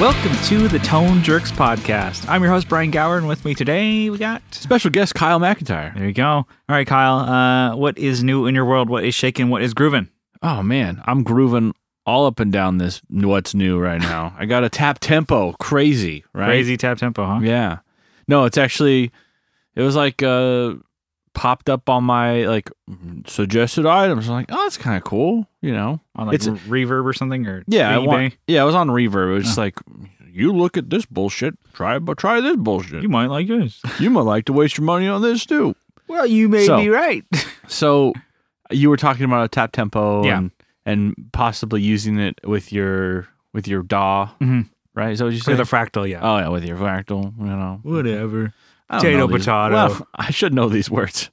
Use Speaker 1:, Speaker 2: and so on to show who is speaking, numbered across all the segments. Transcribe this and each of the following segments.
Speaker 1: Welcome to the Tone Jerks podcast. I'm your host Brian Gower, and with me today we got.
Speaker 2: Special guest Kyle McIntyre.
Speaker 1: There you go. All right, Kyle. Uh, what is new in your world? What is shaking? What is grooving?
Speaker 2: Oh man, I'm grooving all up and down this what's new right now. I got a tap tempo, crazy, right?
Speaker 1: Crazy tap tempo, huh?
Speaker 2: Yeah. No, it's actually it was like uh popped up on my like suggested items. I'm like, oh, that's kind of cool, you know.
Speaker 1: On like
Speaker 2: It's-
Speaker 1: re- reverb or something, or
Speaker 2: Yeah, I
Speaker 1: eBay?
Speaker 2: want, yeah, I was on Reverb. It was just like, you look at this bullshit, try but try this bullshit.
Speaker 1: You might like this.
Speaker 2: you might like to waste your money on this too.
Speaker 1: Well, you may
Speaker 2: So-
Speaker 1: be right.
Speaker 2: So you were talking about a tap tempo
Speaker 1: Yeah.
Speaker 2: and and possibly using it with your with your DAW,
Speaker 1: Mhm.
Speaker 2: right? Is that what you
Speaker 1: With
Speaker 2: said?
Speaker 1: a fractal, yeah.
Speaker 2: oh yeah, with your fractal, you know.
Speaker 1: Whatever.
Speaker 2: I don't know
Speaker 1: Potato,
Speaker 2: these-
Speaker 1: potato.
Speaker 2: Well, I should know these words.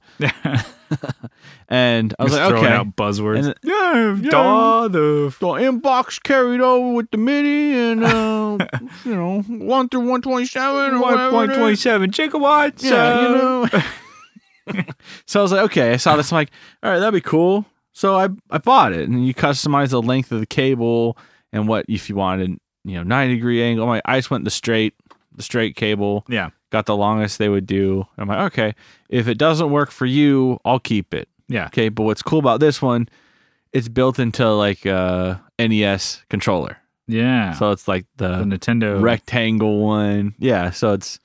Speaker 2: and I was
Speaker 1: Just
Speaker 2: like,
Speaker 1: throwing
Speaker 2: okay.
Speaker 1: out buzzwords.
Speaker 2: And-
Speaker 1: yeah,
Speaker 2: yeah.
Speaker 1: duh, the
Speaker 2: The inbox carried over with the MIDI and uh, you know one through one twenty seven or
Speaker 1: one point
Speaker 2: whatever it
Speaker 1: twenty
Speaker 2: is.
Speaker 1: seven gigawatts.
Speaker 2: Yeah, you
Speaker 1: uh,
Speaker 2: know. so I was like, okay, I saw this. I'm like, all right, that'd be cool. So I I bought it, and you customize the length of the cable and what if you wanted, you know, ninety degree angle. I'm like, I just went the straight, the straight cable.
Speaker 1: Yeah.
Speaker 2: got the longest they would do. I'm like, okay, if it doesn't work for you, I'll keep it.
Speaker 1: Yeah.
Speaker 2: Okay, but what's cool about this one, it's built into like a NES controller,
Speaker 1: Yeah.
Speaker 2: so it's like
Speaker 1: the
Speaker 2: the
Speaker 1: Nintendo.
Speaker 2: rectangle one. Yeah, so it's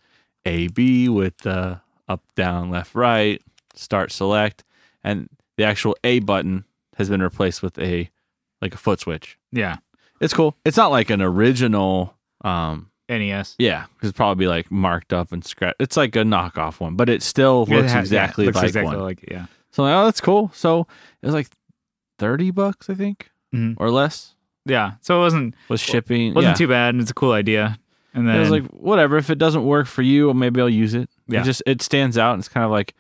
Speaker 2: A B with the up, down, left, right, start, select, and the actual A button has been replaced with a like a foot switch.
Speaker 1: yeah.
Speaker 2: It's cool. It's not like an original. Um,
Speaker 1: NES.
Speaker 2: yeah, it's probably like marked up and scratched. It's like a knockoff one, but it still
Speaker 1: Yeah, it
Speaker 2: looks
Speaker 1: ha- yeah,
Speaker 2: exactly
Speaker 1: looks
Speaker 2: like
Speaker 1: exactly
Speaker 2: one.
Speaker 1: like yeah.
Speaker 2: so I'm like, oh, that's cool. So it was like thirty bucks, I think,
Speaker 1: Mhm.
Speaker 2: or less.
Speaker 1: Yeah. So it wasn't
Speaker 2: Was shipping?
Speaker 1: wasn't
Speaker 2: yeah.
Speaker 1: too bad, and it's a cool idea. And then
Speaker 2: I was like, whatever. If it doesn't work for you, well, maybe I'll use it.
Speaker 1: Yeah.
Speaker 2: It just it stands out. And it's kind of like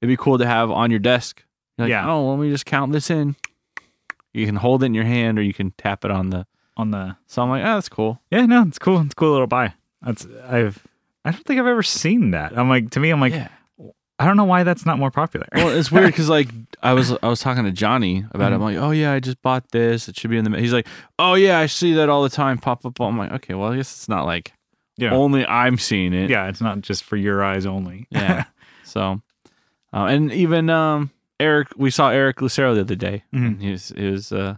Speaker 2: it'd be cool to have on your desk. You're like,
Speaker 1: Yeah.
Speaker 2: Oh, let me just count this in. You can hold it in your hand, or you can tap it on the.
Speaker 1: on the
Speaker 2: So I'm like, oh, that's cool.
Speaker 1: yeah, no, it's cool. It's a cool little buy. That's I've I don't think I've ever seen that. I'm like to me, I'm like
Speaker 2: yeah.
Speaker 1: I don't know why that's not more popular.
Speaker 2: Well, it's weird because like I was I was talking to Johnny about it.
Speaker 1: Mm-hmm.
Speaker 2: I'm like, oh yeah, I just bought this. It should be in the. ma-" He's like, oh yeah, I see that all the time pop up. I'm like, okay, well I guess it's not like
Speaker 1: yeah,
Speaker 2: only I'm seeing it.
Speaker 1: yeah, it's not just for your eyes only.
Speaker 2: yeah. So, uh, and even um, Eric, we saw Eric Lucero the other day,
Speaker 1: Mhm.
Speaker 2: and he was he was uh,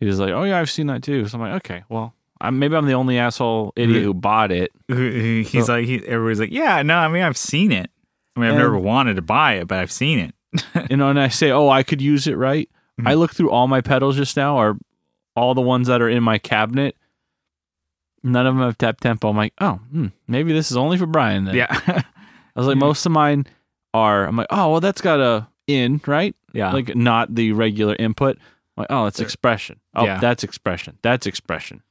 Speaker 2: he was like, oh yeah, I've seen that too. So I'm like, okay, well, I, maybe I'm the only asshole idiot who bought it.
Speaker 1: He's
Speaker 2: So-
Speaker 1: like he, everybody's like yeah, no, I mean I've seen it. I mean I've
Speaker 2: And-
Speaker 1: never wanted to buy it, but I've seen it.
Speaker 2: you know, and I say, oh, I could use it, right?
Speaker 1: Mhm.
Speaker 2: I look through all my pedals just now, or all the ones that are in my cabinet. None of them have tap tempo. I'm like, oh, hmm, maybe this is only for Brian. Then.
Speaker 1: Yeah,
Speaker 2: I was like,
Speaker 1: Yeah.
Speaker 2: most of mine are. I'm like, oh, well, that's got a in, right?
Speaker 1: yeah,
Speaker 2: Like not the regular input. I'm like, oh, that's
Speaker 1: There-
Speaker 2: expression. Oh,
Speaker 1: Uh, Yeah.
Speaker 2: that's expression. That's expression.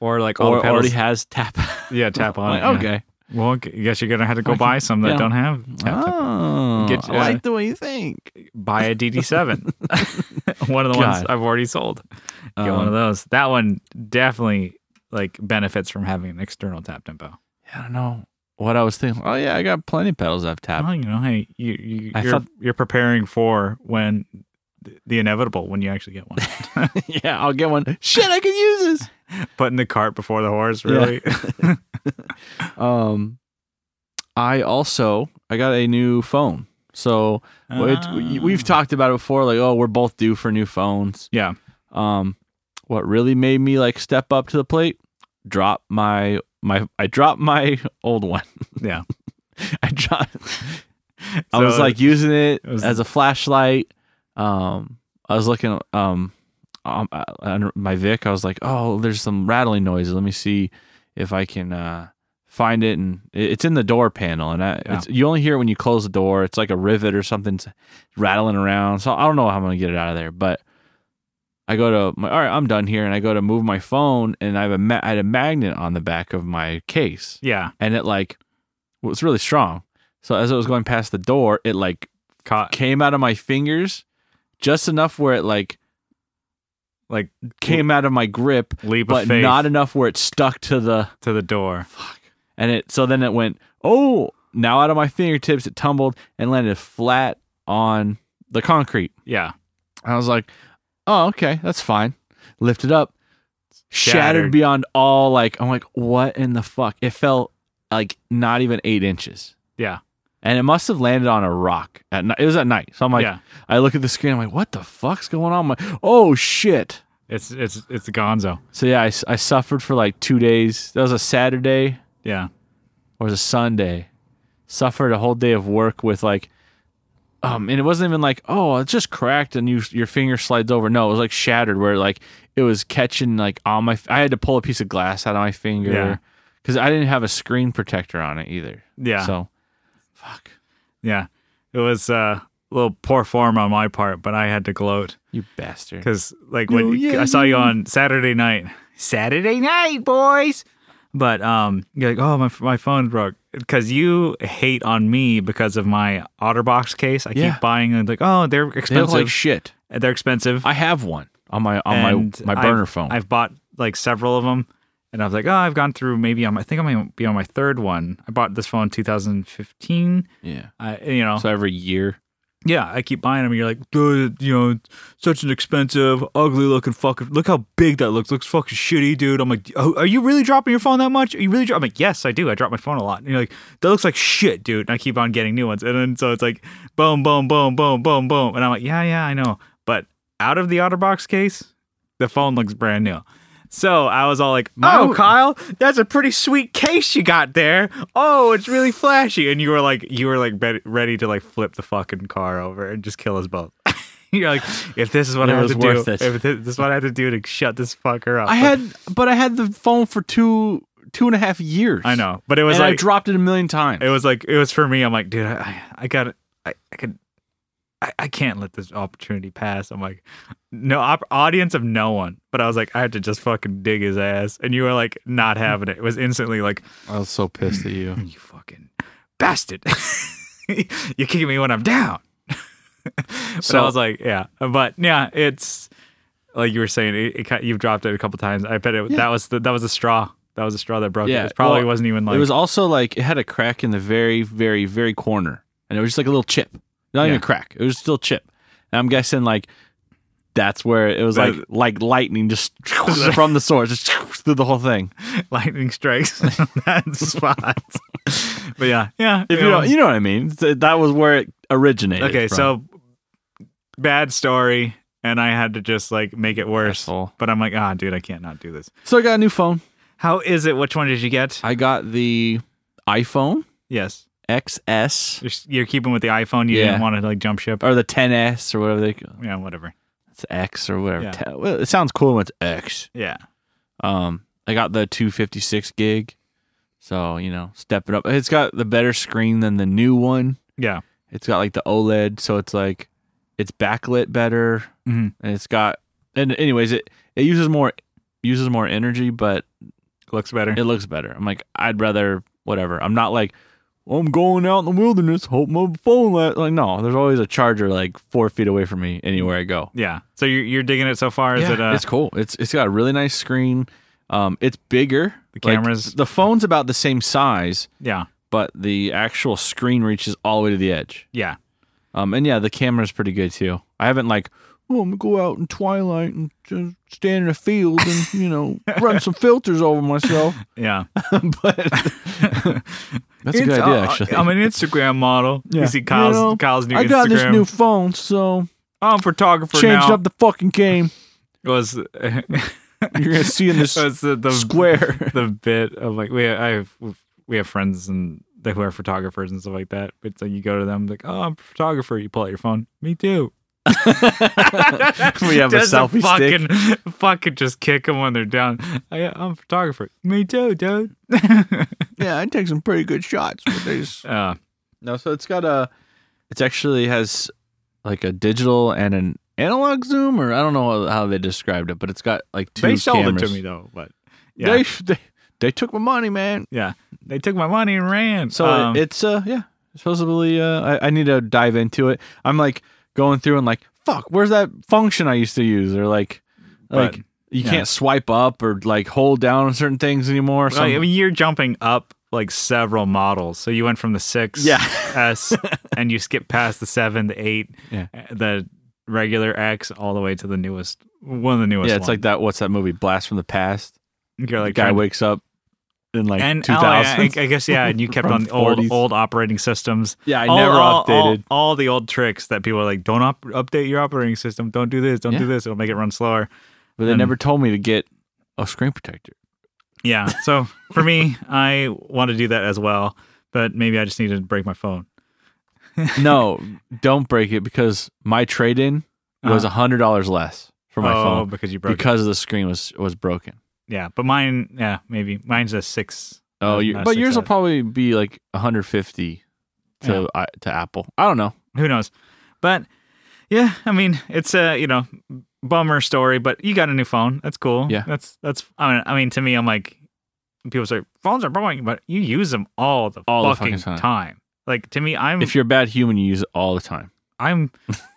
Speaker 1: or like all
Speaker 2: Or
Speaker 1: the
Speaker 2: it
Speaker 1: pedals.
Speaker 2: already has tap.
Speaker 1: yeah, tap on
Speaker 2: I'm
Speaker 1: it. yeah.
Speaker 2: like, okay.
Speaker 1: Well, I guess you're gonna have to go buy some that
Speaker 2: Yeah.
Speaker 1: don't have tap tempo.
Speaker 2: Oh,
Speaker 1: Get-
Speaker 2: I like the way you think.
Speaker 1: buy a DD7. one of the ones
Speaker 2: God.
Speaker 1: I've already sold. Get
Speaker 2: Um,
Speaker 1: one of those. That one definitely like benefits from having an external tap tempo.
Speaker 2: I don't know what I was thinking. Oh yeah, I got plenty of pedals I've tapped.
Speaker 1: Well, you know, hey, you, you
Speaker 2: I
Speaker 1: you're,
Speaker 2: thought-
Speaker 1: you're preparing for when th- the inevitable when you actually get one.
Speaker 2: yeah, I'll get one. Shit, I can use this.
Speaker 1: Putting the cart before the horse, really.
Speaker 2: Um, I also I got a new phone. So it,
Speaker 1: Uh, Ah.
Speaker 2: we- we've talked about it before. Like, oh, we're both due for new phones.
Speaker 1: Yeah.
Speaker 2: Um, what really made me like step up to the plate? Drop my my I dropped my old one.
Speaker 1: Yeah.
Speaker 2: I dropped. I
Speaker 1: So
Speaker 2: was like using it
Speaker 1: it was-
Speaker 2: as a flashlight. Um, I was looking um, um uh, under my Vic. I was like, oh, there's some rattling noises. Let me see if I can uh find it. And it- it's in the door panel, and I, it's, you only hear it when you close the door. It's like a rivet or something rattling around. So I don't know how I'm gonna get it out of there, but. I go to my all right. I'm done here, and I go to move my phone, and I have a ma- I had a magnet on the back of my case,
Speaker 1: yeah,
Speaker 2: and it like was really strong. So as it was going past the door, it like
Speaker 1: caught
Speaker 2: came out of my fingers just enough where it like
Speaker 1: like
Speaker 2: came out of my grip,
Speaker 1: leap
Speaker 2: but
Speaker 1: of faith
Speaker 2: not enough where it stuck to the
Speaker 1: to the door.
Speaker 2: and it so then it went, "Oh, now out of my fingertips it tumbled and landed flat on the concrete."
Speaker 1: Yeah.
Speaker 2: I was like, "Oh, okay, that's fine." Lift it up. shattered,
Speaker 1: Shattered.
Speaker 2: beyond all like I'm like, what in the fuck? It fell like not even eight inches.
Speaker 1: Yeah.
Speaker 2: And it must have landed on a rock at night. It was at night. So I'm like,
Speaker 1: yeah,
Speaker 2: I look at the screen. I'm like, what the fuck's going on? I'm like, oh shit.
Speaker 1: it's it's it's Gonzo.
Speaker 2: So yeah, I, s- I suffered for like two days. That was a Saturday
Speaker 1: Yeah,
Speaker 2: or it was a Sunday. Suffered a whole day of work with like, um, and it wasn't even like, oh, it just cracked and you your finger slides over. No, it was like shattered where like it was catching like on my. I had to pull a piece of glass out of my
Speaker 1: Yeah.
Speaker 2: finger because I didn't have a screen protector on it either.
Speaker 1: yeah,
Speaker 2: So, fuck
Speaker 1: yeah. It was uh, a little poor form on my part, but I had to gloat.
Speaker 2: you bastard.
Speaker 1: Because like when
Speaker 2: No, yeah,
Speaker 1: I saw you
Speaker 2: yeah.
Speaker 1: on Saturday night, Saturday night, boys. But um, you're like, oh my my phone broke because you hate on me because of my OtterBox case. I
Speaker 2: Yeah.
Speaker 1: keep buying and like, oh, they're
Speaker 2: They look
Speaker 1: expensive.
Speaker 2: like shit.
Speaker 1: they're expensive
Speaker 2: I have one on my on
Speaker 1: and
Speaker 2: my my
Speaker 1: I've-
Speaker 2: burner phone.
Speaker 1: I've bought like several of them, and I was like, oh, I've gone through maybe on my, I think I might be on my third one. I bought this phone in 2015.
Speaker 2: yeah.
Speaker 1: I you know
Speaker 2: So every year.
Speaker 1: yeah, I keep buying them. And you're like, dude, you know, such an expensive, ugly looking fucking. Look how big that looks. Looks fucking shitty, dude. I'm like, oh, are you really dropping your phone that much? Are you really? Dro-? I'm like, yes, I do. I drop my phone a lot. And you're like, that looks like shit, dude. And I keep on getting new ones. And then so it's like, boom, boom, boom, boom, boom, boom. And I'm like, yeah, yeah, I know. But out of the OtterBox case, the phone looks brand new. So I was all like, "Oh,
Speaker 2: My-
Speaker 1: Kyle, that's a pretty sweet case you got there. Oh, it's really flashy." And you were like, you were like be- ready to like flip the fucking car over and just kill us both. You're like, if this is what
Speaker 2: It
Speaker 1: I have
Speaker 2: was
Speaker 1: to
Speaker 2: worth
Speaker 1: do,
Speaker 2: it.
Speaker 1: if this is what I have to do to shut this fucker up.
Speaker 2: I had, but I had the phone for two two and a half years.
Speaker 1: I know, but it was
Speaker 2: and I
Speaker 1: like,
Speaker 2: dropped it a million times.
Speaker 1: it was like, it was for me. I'm like, dude, I, I got, I, I could, I, I can't let this opportunity pass. I'm like, no op- audience of no one. But I was like, I had to just fucking dig his ass, and you were like, not having it. It was instantly like.
Speaker 2: I was so pissed at you.
Speaker 1: You fucking bastard. You're kicking me when I'm down. but
Speaker 2: So-
Speaker 1: I was like, yeah. But yeah, it's like you were saying, it, it, ki- you've dropped it a couple times. I bet it,
Speaker 2: Yeah.
Speaker 1: that was the, that was a straw. That was a straw that broke
Speaker 2: Yeah,
Speaker 1: it. It probably
Speaker 2: well,
Speaker 1: wasn't even like
Speaker 2: it was also like it had a crack in the very, very, very corner, and it was just like a little chip. Not even
Speaker 1: Yeah.
Speaker 2: a crack. It was still a chip. And I'm guessing like that's where it was like
Speaker 1: That-
Speaker 2: like lightning just from the source just through the whole thing.
Speaker 1: lightning strikes on that spot. but yeah, yeah.
Speaker 2: If
Speaker 1: it
Speaker 2: you know,
Speaker 1: was-
Speaker 2: you know what I mean. Th- That was where it originated.
Speaker 1: okay,
Speaker 2: from.
Speaker 1: so bad story, and I had to just like make it worse.
Speaker 2: Asshole.
Speaker 1: But I'm like, ah, dude, I can't not do this.
Speaker 2: so I got a new phone.
Speaker 1: How is it? Which one did you get?
Speaker 2: I got the iPhone
Speaker 1: yes.
Speaker 2: XS
Speaker 1: You're, you're keeping with the iPhone. You
Speaker 2: Yeah.
Speaker 1: didn't want to like jump ship.
Speaker 2: or the 10s or whatever they
Speaker 1: Yeah, whatever.
Speaker 2: it's X or whatever.
Speaker 1: Yeah.
Speaker 2: Te- well, it sounds cool when it's X.
Speaker 1: Yeah,
Speaker 2: Um, I got the 256 gig, so you know, step it up. It's got the better screen than the new one.
Speaker 1: yeah,
Speaker 2: It's got like the OLED, so it's like it's backlit better,
Speaker 1: Mhm.
Speaker 2: and it's got. And anyways, it it uses more uses more energy, but
Speaker 1: looks better.
Speaker 2: it looks better. I'm like, I'd rather whatever. I'm not like. I'm going out in the wilderness. Hope my phone lasts. Like no, there's always a charger like four feet away from me anywhere I go.
Speaker 1: yeah. So you're you're digging it so far? Is
Speaker 2: Yeah,
Speaker 1: it? Uh,
Speaker 2: it's cool. It's it's got a really nice screen. Um, it's bigger.
Speaker 1: The
Speaker 2: Like,
Speaker 1: cameras-
Speaker 2: the phone's about the same size,
Speaker 1: yeah,
Speaker 2: but the actual screen reaches all the way to the edge.
Speaker 1: yeah,
Speaker 2: Um, and yeah, the camera's pretty good too. I haven't like, oh, I'm gonna go out in twilight and just stand in a field and you know run some filters over myself.
Speaker 1: yeah.
Speaker 2: but that's a good
Speaker 1: It's-
Speaker 2: idea,
Speaker 1: uh,
Speaker 2: actually.
Speaker 1: I'm an Instagram model.
Speaker 2: Yeah.
Speaker 1: You see Kyle's
Speaker 2: You know,
Speaker 1: Kyle's new
Speaker 2: I got
Speaker 1: Instagram.
Speaker 2: this new phone, so
Speaker 1: I'm a photographer
Speaker 2: changed
Speaker 1: now.
Speaker 2: up the fucking game.
Speaker 1: was was
Speaker 2: You're gonna see in this
Speaker 1: the, the
Speaker 2: square.
Speaker 1: the bit of like we I have we have friends and they who are photographers and stuff like that. But so you go to them like, oh, I'm a photographer. You pull out your phone. Me too.
Speaker 2: We have a
Speaker 1: Just
Speaker 2: selfie stick.
Speaker 1: fucking, Fucking just kick them when they're down. I, I'm a photographer. Me too, dude.
Speaker 2: yeah, I take some pretty good shots, but they just
Speaker 1: uh,
Speaker 2: No, so it's got a. It's actually has like a digital and an analog zoom, or I don't know how they described it, but it's got like two
Speaker 1: they sold
Speaker 2: cameras.
Speaker 1: it to me though, but yeah,
Speaker 2: They,
Speaker 1: they,
Speaker 2: they they took my money, man.
Speaker 1: took my money and ran.
Speaker 2: So
Speaker 1: Um,
Speaker 2: it's uh yeah, supposedly uh I, I need to dive into it. I'm like going through and like fuck, where's that function I used to use, or like
Speaker 1: But,
Speaker 2: like you
Speaker 1: yeah.
Speaker 2: can't swipe up or like hold down on certain things anymore. So
Speaker 1: well, I mean, you're jumping up like several models. So you went from the six,
Speaker 2: yeah,
Speaker 1: S, and you skip past the seven, the eight,
Speaker 2: Yeah.
Speaker 1: the regular X, all the way to the newest one of the newest.
Speaker 2: yeah, it's like
Speaker 1: ones.
Speaker 2: that. What's that movie? Blast from the Past.
Speaker 1: You're
Speaker 2: The
Speaker 1: like
Speaker 2: guy
Speaker 1: trying-
Speaker 2: wakes up in like
Speaker 1: and oh,
Speaker 2: 2000.
Speaker 1: yeah, I, I guess yeah, and you kept
Speaker 2: From
Speaker 1: on old
Speaker 2: 40s.
Speaker 1: old operating systems.
Speaker 2: yeah, I
Speaker 1: All-
Speaker 2: never
Speaker 1: all- all-
Speaker 2: updated.
Speaker 1: all, the old tricks that people are like, don't op- update your operating system, don't do this, don't
Speaker 2: Yeah.
Speaker 1: do this, it'll make it run slower.
Speaker 2: but they
Speaker 1: and-
Speaker 2: never told me to get a screen protector.
Speaker 1: Yeah. So for me, I want to do that as well, but maybe I just need to break my phone.
Speaker 2: No, don't break it because my trade in was a
Speaker 1: Uh-huh.
Speaker 2: hundred dollars less for my
Speaker 1: oh,
Speaker 2: phone
Speaker 1: because you broke. it.
Speaker 2: because the screen was was broken.
Speaker 1: Yeah, but mine, yeah, maybe mine's a six.
Speaker 2: Oh,
Speaker 1: Uh,
Speaker 2: you
Speaker 1: not
Speaker 2: but
Speaker 1: six
Speaker 2: yours will
Speaker 1: hours.
Speaker 2: probably be like 150 to I, to Apple. I don't know.
Speaker 1: Who knows? But yeah, I mean, it's a you know bummer story, but you got a new phone. That's cool.
Speaker 2: Yeah.
Speaker 1: that's that's. I mean, I mean, to me, I'm like, people say phones are boring, but you use them all the
Speaker 2: All the
Speaker 1: fucking
Speaker 2: fucking time.
Speaker 1: Like to me, I'm
Speaker 2: If you're a bad human, you use it all the time.
Speaker 1: I'm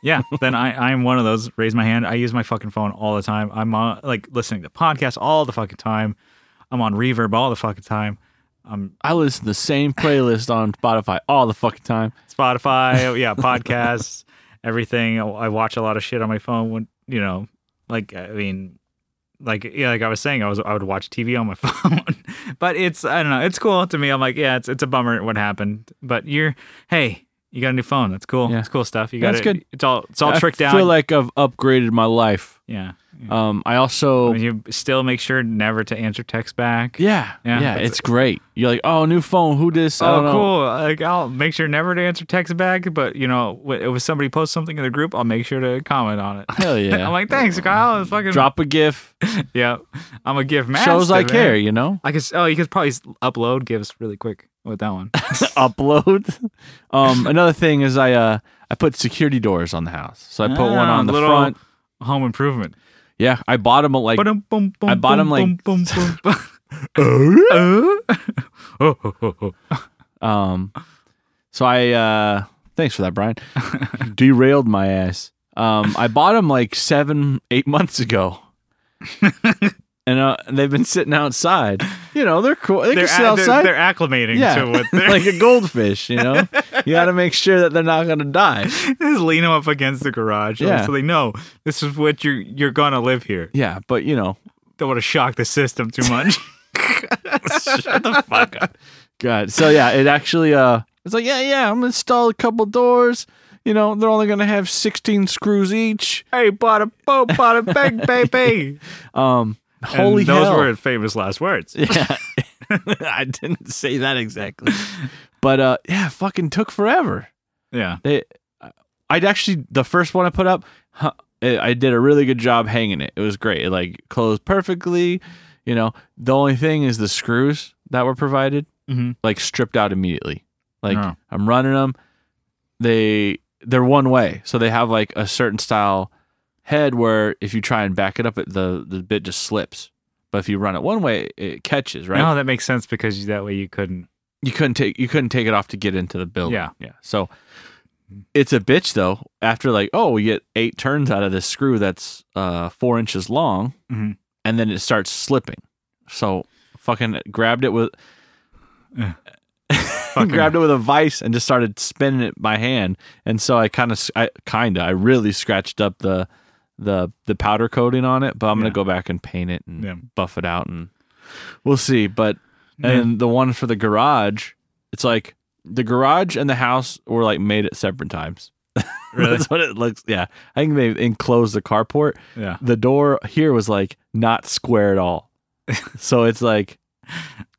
Speaker 1: yeah. then I I'm one of those. Raise my hand. I use my fucking phone all the time. I'm on like listening to podcasts all the fucking time. I'm on reverb all the fucking time. I'm
Speaker 2: I listen to the same playlist on Spotify all the fucking time.
Speaker 1: Spotify, oh, yeah, podcasts, everything. I- I watch a lot of shit on my phone. When you know, like I mean, like yeah, like I was saying, I was I would watch TV on my phone. but it's I don't know, it's cool to me. I'm like, yeah, it's it's a bummer what happened. But you're hey, you got a new phone. That's cool.
Speaker 2: Yeah.
Speaker 1: It's cool stuff. You
Speaker 2: Yeah,
Speaker 1: got
Speaker 2: it's
Speaker 1: it.
Speaker 2: good.
Speaker 1: It's all it's all tricked
Speaker 2: I
Speaker 1: out.
Speaker 2: feel like I've upgraded my life.
Speaker 1: yeah.
Speaker 2: Um, I also
Speaker 1: I mean, you still make sure never to answer text back.
Speaker 2: yeah yeah,
Speaker 1: Yeah, that's
Speaker 2: it's great. You're like oh new phone who this I
Speaker 1: Oh,
Speaker 2: don't know.
Speaker 1: cool. Like, I'll make sure never to answer text back, but you know, wh- if somebody posts something in the group, I'll make sure to comment on it.
Speaker 2: hell yeah.
Speaker 1: I'm like, thanks, Kyle. It's fucking
Speaker 2: drop a gif
Speaker 1: Yeah, I'm a give master.
Speaker 2: shows I
Speaker 1: man.
Speaker 2: care you know
Speaker 1: I could. Oh, you could probably s- upload gifs really quick with that one.
Speaker 2: upload. Um, another thing is I uh I put security doors on the house, so I put one
Speaker 1: Ah,
Speaker 2: on the
Speaker 1: little-
Speaker 2: front.
Speaker 1: Home improvement.
Speaker 2: Yeah, I bought them like
Speaker 1: Ba-dum, boom, boom,
Speaker 2: I bought 'em,
Speaker 1: boom,
Speaker 2: like-
Speaker 1: boom, boom, boom. Uh? Oh, oh, oh, oh.
Speaker 2: Um, so I uh, thanks for that, Brian. Derailed my ass. Um, I bought them like seven, eight months ago, and uh, they've been sitting outside. You know, they're cool. They
Speaker 1: They're,
Speaker 2: can sit
Speaker 1: a-
Speaker 2: outside.
Speaker 1: they're, they're acclimating
Speaker 2: yeah,
Speaker 1: to what they're
Speaker 2: like a goldfish. You know, you got to make sure that they're not gonna die.
Speaker 1: just lean them up against the garage,
Speaker 2: Yeah.
Speaker 1: so they know this is what you're you're gonna live here.
Speaker 2: Yeah, but you know,
Speaker 1: Don't want to shock the system too much.
Speaker 2: Shut the fuck up. God. So yeah, it actually uh it's like, yeah, yeah, I'm gonna install a couple doors. You know, they're only gonna have sixteen screws each.
Speaker 1: hey, bada boom, bada bang, baby.
Speaker 2: Um
Speaker 1: And
Speaker 2: holy
Speaker 1: those
Speaker 2: hell.
Speaker 1: were famous last words.
Speaker 2: yeah. I didn't say that exactly. But uh yeah, fucking took forever.
Speaker 1: Yeah.
Speaker 2: They I'd actually the first one I put up, huh, I I did a really good job hanging it. It was great. It like closed perfectly. You know, the only thing is the screws that were provided.
Speaker 1: Mm-hmm.
Speaker 2: like stripped out immediately. Like
Speaker 1: Yeah.
Speaker 2: I'm running them. They they're one way, so they have like a certain style head where if you try and back it up, it, the the bit just slips. But if you run it one way, it catches. Right?
Speaker 1: No, that makes sense because you- that way you couldn't.
Speaker 2: You couldn't take you couldn't take it off to get into the building.
Speaker 1: Yeah.
Speaker 2: yeah. So it's a bitch though. After like oh, we get eight turns out of this screw that's uh four inches long,
Speaker 1: Mhm.
Speaker 2: and then it starts slipping. So fucking grabbed it with
Speaker 1: Eh. Fucking,
Speaker 2: grabbed it with a vice and just started spinning it by hand. And so I kind of, I kind of, I really scratched up the the the powder coating on it. But I'm
Speaker 1: Yeah.
Speaker 2: gonna go back and paint it and
Speaker 1: Yeah.
Speaker 2: buff it out, and we'll see. But and the one for the garage, it's like the garage and the house were like made at separate times.
Speaker 1: Really?
Speaker 2: That's what it looks. Yeah, I think they enclosed the carport.
Speaker 1: yeah.
Speaker 2: The door here was like not square at all. so it's like.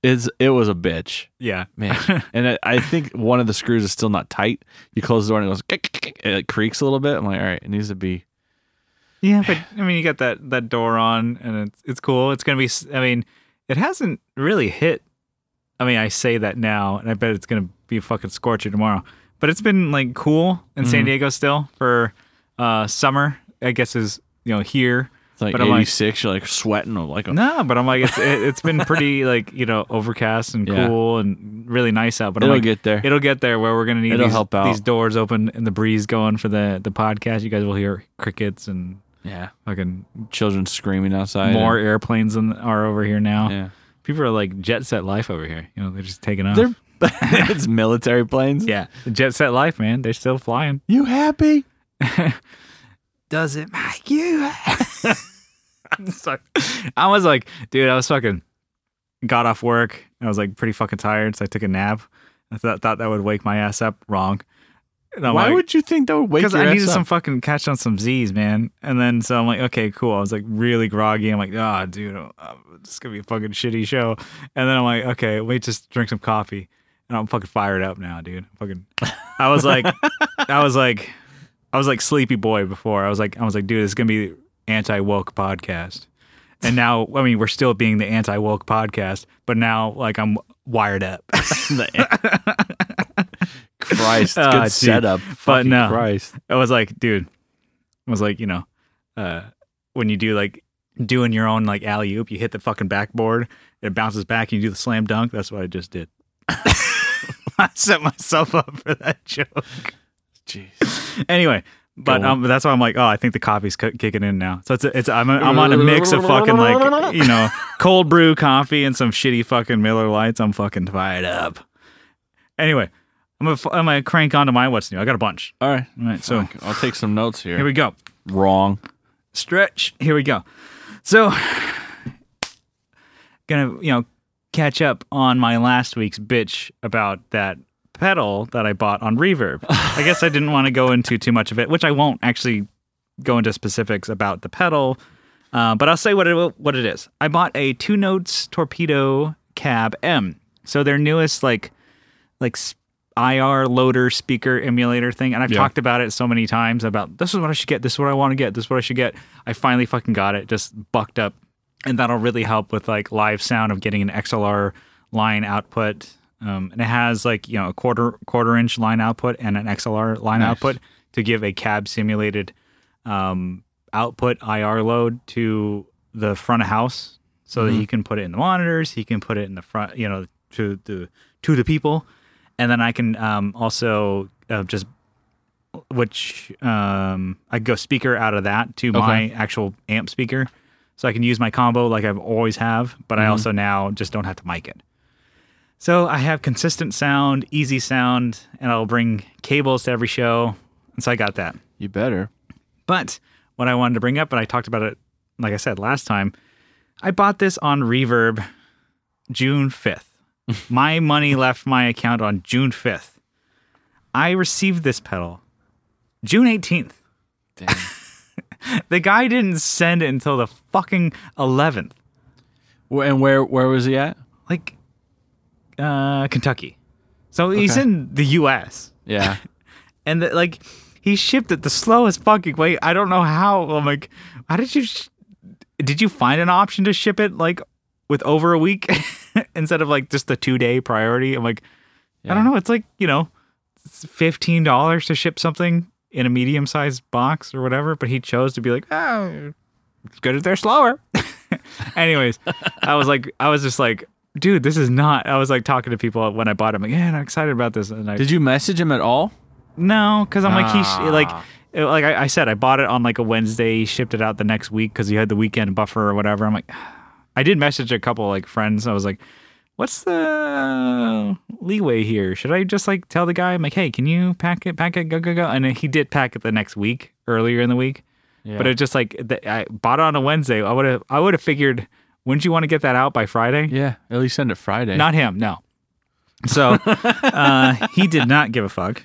Speaker 2: It's it was a bitch.
Speaker 1: Yeah.
Speaker 2: Man, and I, I think one of the screws is still not tight. You close the door and it goes, kick, kick, kick, and it creaks a little bit. I'm like, all right, it needs to be.
Speaker 1: Yeah, but I mean, you got that that door on, and it's it's cool. It's gonna be. s- I mean, it hasn't really hit. I mean, I say that now, and I bet it's gonna be fucking scorching tomorrow. But it's been like cool in San
Speaker 2: Mhm.
Speaker 1: Diego still for uh summer. I guess is you know here.
Speaker 2: It's like
Speaker 1: But I'm like-
Speaker 2: 86. you're like sweating. I'm like,
Speaker 1: No, but I'm like it's it, it's been pretty like you know overcast and
Speaker 2: Yeah.
Speaker 1: cool and really nice out. But I'm
Speaker 2: it'll
Speaker 1: like,
Speaker 2: get there.
Speaker 1: It'll get there where we're gonna need
Speaker 2: It'll
Speaker 1: these,
Speaker 2: help out.
Speaker 1: these doors open and the breeze going for the the podcast. You guys will hear crickets and
Speaker 2: yeah,
Speaker 1: fucking
Speaker 2: children screaming outside.
Speaker 1: more airplanes than are over here now.
Speaker 2: Yeah,
Speaker 1: People are like jet set life over here. You know, they're just taking off.
Speaker 2: they're it's military planes.
Speaker 1: yeah, jet set life, man. They're still flying.
Speaker 2: you happy?
Speaker 1: Does it make you? So, I was like, dude, I was fucking got off work and I was like pretty fucking tired, so I took a nap. I thought, thought that would wake my ass up. Wrong. And I'm
Speaker 2: Why
Speaker 1: like-
Speaker 2: would you think that would wake
Speaker 1: because
Speaker 2: your
Speaker 1: I needed
Speaker 2: ass up?
Speaker 1: some fucking catch on some Z's, man. And then so I'm like, okay, cool. I was like really groggy. I'm like, ah, dude, uh, this is gonna be a fucking shitty show. And then I'm like, okay, let me just drink some coffee. And I'm fucking fired up now, dude. Fucking, I was like, I was like, I was like sleepy boy before. I was like, I was like, dude, this is gonna be anti woke podcast. And now, I mean, we're still being the anti woke podcast, but now like I'm wired up.
Speaker 2: Christ,
Speaker 1: Ah,
Speaker 2: good
Speaker 1: dude.
Speaker 2: setup. Fucking
Speaker 1: no.
Speaker 2: Christ.
Speaker 1: I was like, dude, I was like, you know, uh, when you do like doing your own like alley oop, you hit the fucking backboard, it bounces back, and you do the slam dunk. That's what I just did. I set myself up for that joke.
Speaker 2: Jeez.
Speaker 1: Anyway, but
Speaker 2: Go on.
Speaker 1: um, that's why I'm like, oh, I think the coffee's c- kicking in now. So it's it's I'm I'm on a mix of fucking like you know cold brew coffee and some shitty fucking Miller Lights. I'm fucking fired up. Anyway, I'm gonna f- I'm gonna crank onto my what's new. I got a bunch.
Speaker 2: All right.
Speaker 1: All right, so
Speaker 2: Fuck, I'll take some notes here.
Speaker 1: here we go.
Speaker 2: Wrong.
Speaker 1: stretch. Here we go. So, gonna you know catch up on my last week's bitch about that pedal that I bought on Reverb. I guess I didn't want to go into too much of it, which I won't actually go into specifics about the pedal. Uh, but I'll say what it what it is. I bought a two notes torpedo cab M. So their newest like like s- IR loader speaker emulator thing, and I've
Speaker 2: Yeah.
Speaker 1: talked about it so many times about this is what I should get, this is what I want to get, this is what I should get. I finally fucking got it, just bucked up, and that'll really help with like live sound of getting an XLR line output. Um, and it has like you know a quarter quarter inch line output and an XLR line
Speaker 2: Nice.
Speaker 1: output to give a cab simulated um, output IR load to the front of house so that he can put it in the monitors, he can put it in the front, you know, to the to the people, and then I can um, also uh, just which um, I go speaker out of that to my actual amp speaker, so I can use my combo like I've always have, but I also now just don't have to mic it. So I have consistent sound, easy sound, and I'll bring cables to every show, and so I got that.
Speaker 2: You better.
Speaker 1: But what I wanted to bring up, and I talked about it, like I said last time, I bought this on Reverb June 5th. my money left my account on June 5th. I received this pedal June 18th.
Speaker 2: Damn.
Speaker 1: The guy didn't send it until the fucking 11th,
Speaker 2: Wh- and where where was he at?
Speaker 1: like uh, Kentucky. So he's
Speaker 2: Okay.
Speaker 1: in the US.
Speaker 2: Yeah.
Speaker 1: and the, like he shipped it the slowest fucking way. I don't know how. I'm like, how did you? Sh- did you find an option to ship it like with over a week instead of like just the two day priority? I'm like, I don't know. It's like you know, it's fifteen dollars to ship something in a medium sized box or whatever. But he chose to be like, oh, it's good if they're slower. Anyways, I was like, I was just like. Dude, this is not. I was like talking to people when I bought it. I'm like, yeah, I'm excited about this. And I
Speaker 2: Did you message him at all?
Speaker 1: no, because I'm like he
Speaker 2: Ah.
Speaker 1: sh- like it- like I, I said, I bought it on like a Wednesday. He shipped it out the next week because he had the weekend buffer or whatever. I'm like, I did message a couple like friends. I was like, what's the leeway here? Should I just like tell the guy? I'm like, hey, can you pack it, pack it, go go go? And he did pack it the next week, earlier in the week.
Speaker 2: Yeah.
Speaker 1: But it just like the, I bought it on a Wednesday. I would have I would have figured. Wouldn't you want to get that out by Friday?
Speaker 2: yeah. At least send it Friday.
Speaker 1: Not him, no. So uh, he did not give a fuck.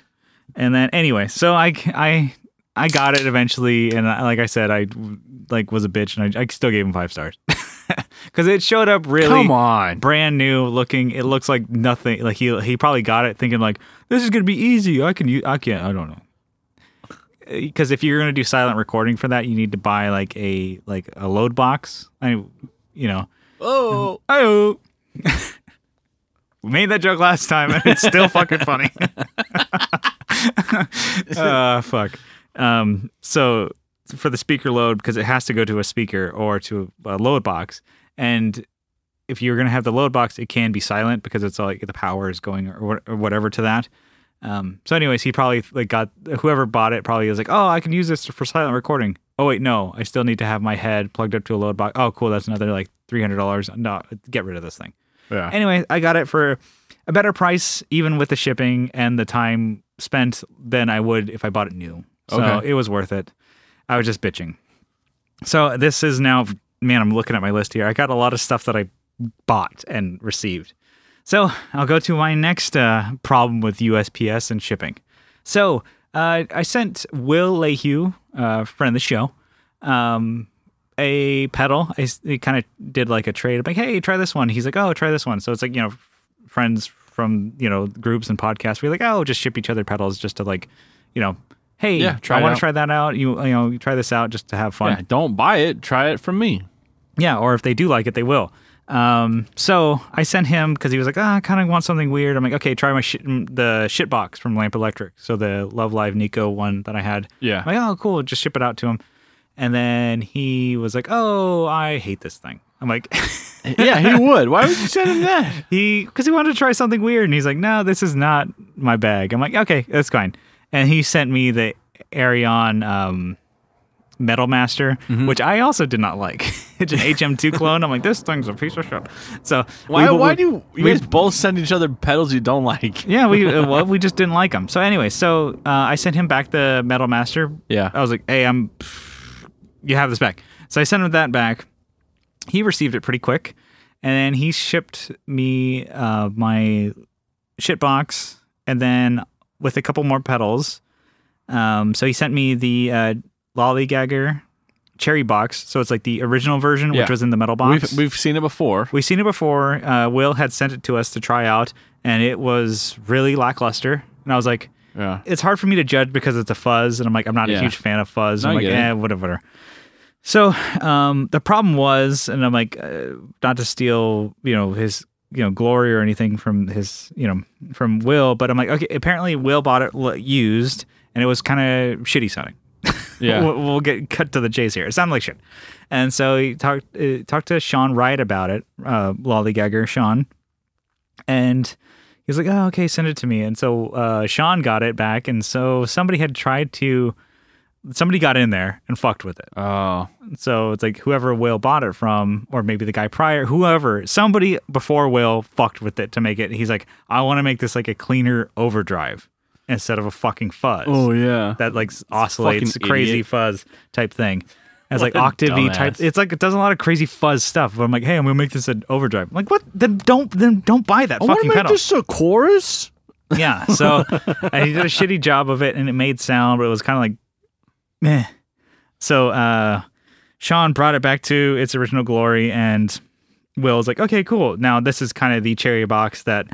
Speaker 1: And then anyway, so I I I got it eventually, and I, like I said, I like was a bitch, and I, I still gave him five stars because it showed up really
Speaker 2: Come on.
Speaker 1: brand new looking. It looks like nothing. Like he he probably got it thinking like this is gonna be easy. I can use. I can't. I don't know. Because if you're gonna do silent recording for that, you need to buy like a like a load box. I you know
Speaker 2: Oh.
Speaker 1: Oh. we made that joke last time and it's still fucking funny. uh, fuck. Um, so for the speaker load, because it has to go to a speaker or to a load box. And if you're going to have the load box, it can be silent because it's like the power is going or, what- or whatever to that. Um, so anyways, he probably like got whoever bought it probably was like, oh, I can use this for silent recording. Oh wait, no, I still need to have my head plugged up to a load box. Oh, cool, that's another like three hundred dollars. No, get rid of this thing.
Speaker 2: Yeah.
Speaker 1: Anyway, I got it for a better price, even with the shipping and the time spent than I would if I bought it new. So
Speaker 2: Okay.
Speaker 1: it was worth it. I was just bitching. So this is now man, I'm looking at my list here. I got a lot of stuff that I bought and received. So I'll go to my next uh, problem with USPS and shipping. So uh, I sent Will Lehue, uh, friend of the show, um, a pedal. I s- he kind of did like a trade. I'm like, hey, try this one. He's like, oh, try this one. So it's like you know, friends from you know groups and podcasts. We're like, oh, just ship each other pedals just to like, you know, hey,
Speaker 2: Yeah, try
Speaker 1: I
Speaker 2: it
Speaker 1: want
Speaker 2: out.
Speaker 1: to try that out. You you know, you try this out just to have fun.
Speaker 2: Yeah, don't buy it. Try it from me.
Speaker 1: Yeah, or if they do like it, they will. Um, so I sent him because he was like, ah, I kind of want something weird. I'm like, okay, try my shit, m- the shit box from Lamp Electric. So the Love Live Nico one that I had.
Speaker 2: Yeah.
Speaker 1: I'm like, oh, cool. Just ship it out to him. And then he was like, oh, I hate this thing. I'm like,
Speaker 2: yeah, he would. Why would you send him that?
Speaker 1: he, because he wanted to try something weird. And he's like, no, this is not my bag. I'm like, okay, that's fine. And he sent me the Arion, um, Metal Master,
Speaker 2: Mm-hmm.
Speaker 1: which I also did not like. it's an HM2 clone. I'm like, this thing's a piece of shit. So
Speaker 2: Why?
Speaker 1: we-
Speaker 2: why
Speaker 1: we-
Speaker 2: do you, you
Speaker 1: we-
Speaker 2: guys both send each other pedals you don't like?
Speaker 1: Yeah, we uh, well, we just didn't like him. So anyway, so uh, I sent him back the Metal Master.
Speaker 2: Yeah.
Speaker 1: I was like, hey, I'm, you have this back. So I sent him that back. He received it pretty quick, and then he shipped me uh, my shit box, and then with a couple more pedals. Um, so he sent me the uh, Lollygagger cherry box. So it's like the original version,
Speaker 2: Yeah.
Speaker 1: which was in the metal box.
Speaker 2: We've we've seen it before.
Speaker 1: We've seen it before. Uh, Will had sent it to us to try out, and it was really lackluster. And I was like,
Speaker 2: Yeah.
Speaker 1: it's hard for me to judge because it's a fuzz, and I'm like, I'm not a
Speaker 2: Yeah.
Speaker 1: huge fan of fuzz.
Speaker 2: No,
Speaker 1: I'm
Speaker 2: I
Speaker 1: like,
Speaker 2: get it.
Speaker 1: eh, whatever. whatever. So um, the problem was, and I'm like, uh, not to steal, you know, his, you know, glory or anything from his, you know, from Will, but I'm like, okay, apparently Will bought it l- used, and it was kind of shitty sounding.
Speaker 2: Yeah.
Speaker 1: we'll, we'll get cut to the chase here. It sounded like shit. And so he talked uh, talked to Sean Wright about it, uh, lollygagger Sean, and he was like, "Oh, okay, send it to me." And so uh, Sean got it back, and so somebody had tried to, somebody got in there and fucked with it.
Speaker 2: Oh.
Speaker 1: So it's like whoever Will bought it from, or maybe the guy prior, whoever, somebody before Will fucked with it to make it. He's like, "I want to make this like a cleaner overdrive instead of a fucking fuzz."
Speaker 2: yeah.
Speaker 1: that like oscillates
Speaker 2: Fucking
Speaker 1: crazy
Speaker 2: idiot.
Speaker 1: fuzz type thing. It's like
Speaker 2: a
Speaker 1: octavey
Speaker 2: dumbass.
Speaker 1: type. It's like it does a lot of crazy fuzz stuff. But I'm like, hey, I'm gonna make this an overdrive. I'm like, what? Then don't then don't buy that fucking pedal.
Speaker 2: a chorus.
Speaker 1: Yeah. So and he did a shitty job of it, and it made sound, but it was kind of like, meh. So uh, Sean brought it back to its original glory, and Will was like, okay, cool. Now this is kind of the cherry box that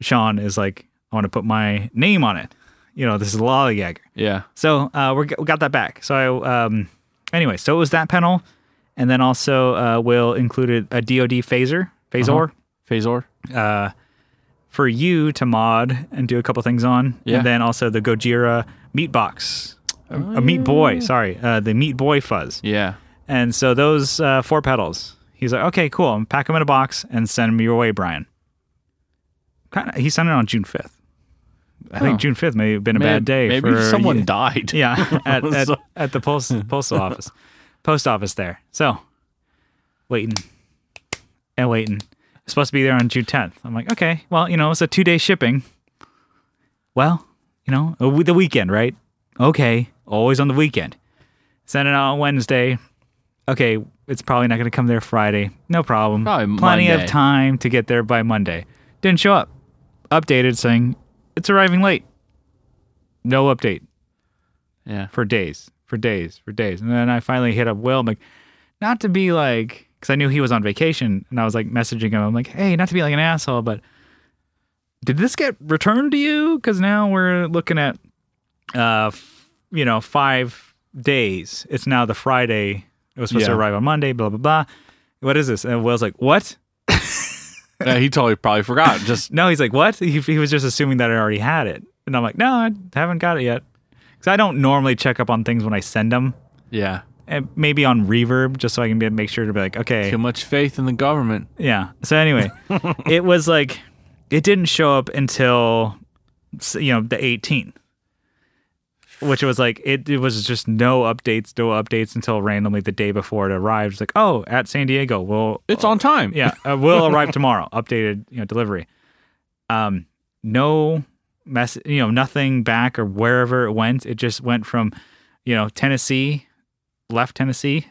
Speaker 1: Sean is like, I want to put my name on it. You know, this is lollygagger.
Speaker 2: Yeah.
Speaker 1: So uh, we're, we got that back. So I, um, anyway, so it was that panel, and then also uh, Will included a DoD phaser,
Speaker 2: Uh-huh.
Speaker 1: phasor,
Speaker 2: Phasor.
Speaker 1: uh for you to mod and do a couple things on,
Speaker 2: Yeah.
Speaker 1: and then also the Gojira meat box, a, a
Speaker 2: Oh,
Speaker 1: meat boy. Sorry, uh, the meat boy fuzz.
Speaker 2: Yeah.
Speaker 1: And so those uh, four pedals, he's like, okay, cool. I'm pack them in a box and send them your way, Brian. Kind of, he sent it on June 5th. I think June 5th may have been a
Speaker 2: May-
Speaker 1: bad day.
Speaker 2: Maybe
Speaker 1: for
Speaker 2: someone died.
Speaker 1: yeah, at, at,
Speaker 2: So-
Speaker 1: at the post, postal office, post office there. So, waiting and waiting. It's supposed to be there on June 10th. I'm like, okay, well, you know, it's a two day shipping. Well, you know, a w- the weekend, right? Okay, always on the weekend. Send it out on Wednesday. Okay, it's probably not going to come there Friday. No problem.
Speaker 2: Probably
Speaker 1: Plenty
Speaker 2: Monday.
Speaker 1: of time to get there by Monday. Didn't show up. Updated saying it's arriving late. No update
Speaker 2: Yeah.
Speaker 1: for days, for days, for days. And then I finally hit up Will. I'm like, not to be like, because I knew he was on vacation, and I was like messaging him. I'm like, hey, not to be like an asshole, but did this get returned to you? Because now we're looking at, uh, f- you know, five days. It's now the Friday. It was supposed to
Speaker 2: Yeah.
Speaker 1: arrive on Monday. Blah blah blah. What is this? And Will's like, what?
Speaker 2: yeah. He totally probably forgot. Just
Speaker 1: No, he's like, what? He, he was just assuming that I already had it, and I'm like, no, I haven't got it yet. Because I don't normally check up on things when I send them.
Speaker 2: yeah.
Speaker 1: and maybe on reverb just so I can be, make sure to be like, okay,
Speaker 2: Too much faith in the government.
Speaker 1: yeah. So anyway, it was like it didn't show up until s- you know the 18th, which was like it, it was just no updates, no updates until randomly the day before it arrived. It's like, oh, at San Diego, well,
Speaker 2: It's on time.
Speaker 1: yeah, uh, will arrive tomorrow. Updated, you know, delivery. Um, no mess, you know, nothing back or wherever it went. It just went from, you know, Tennessee, left Tennessee,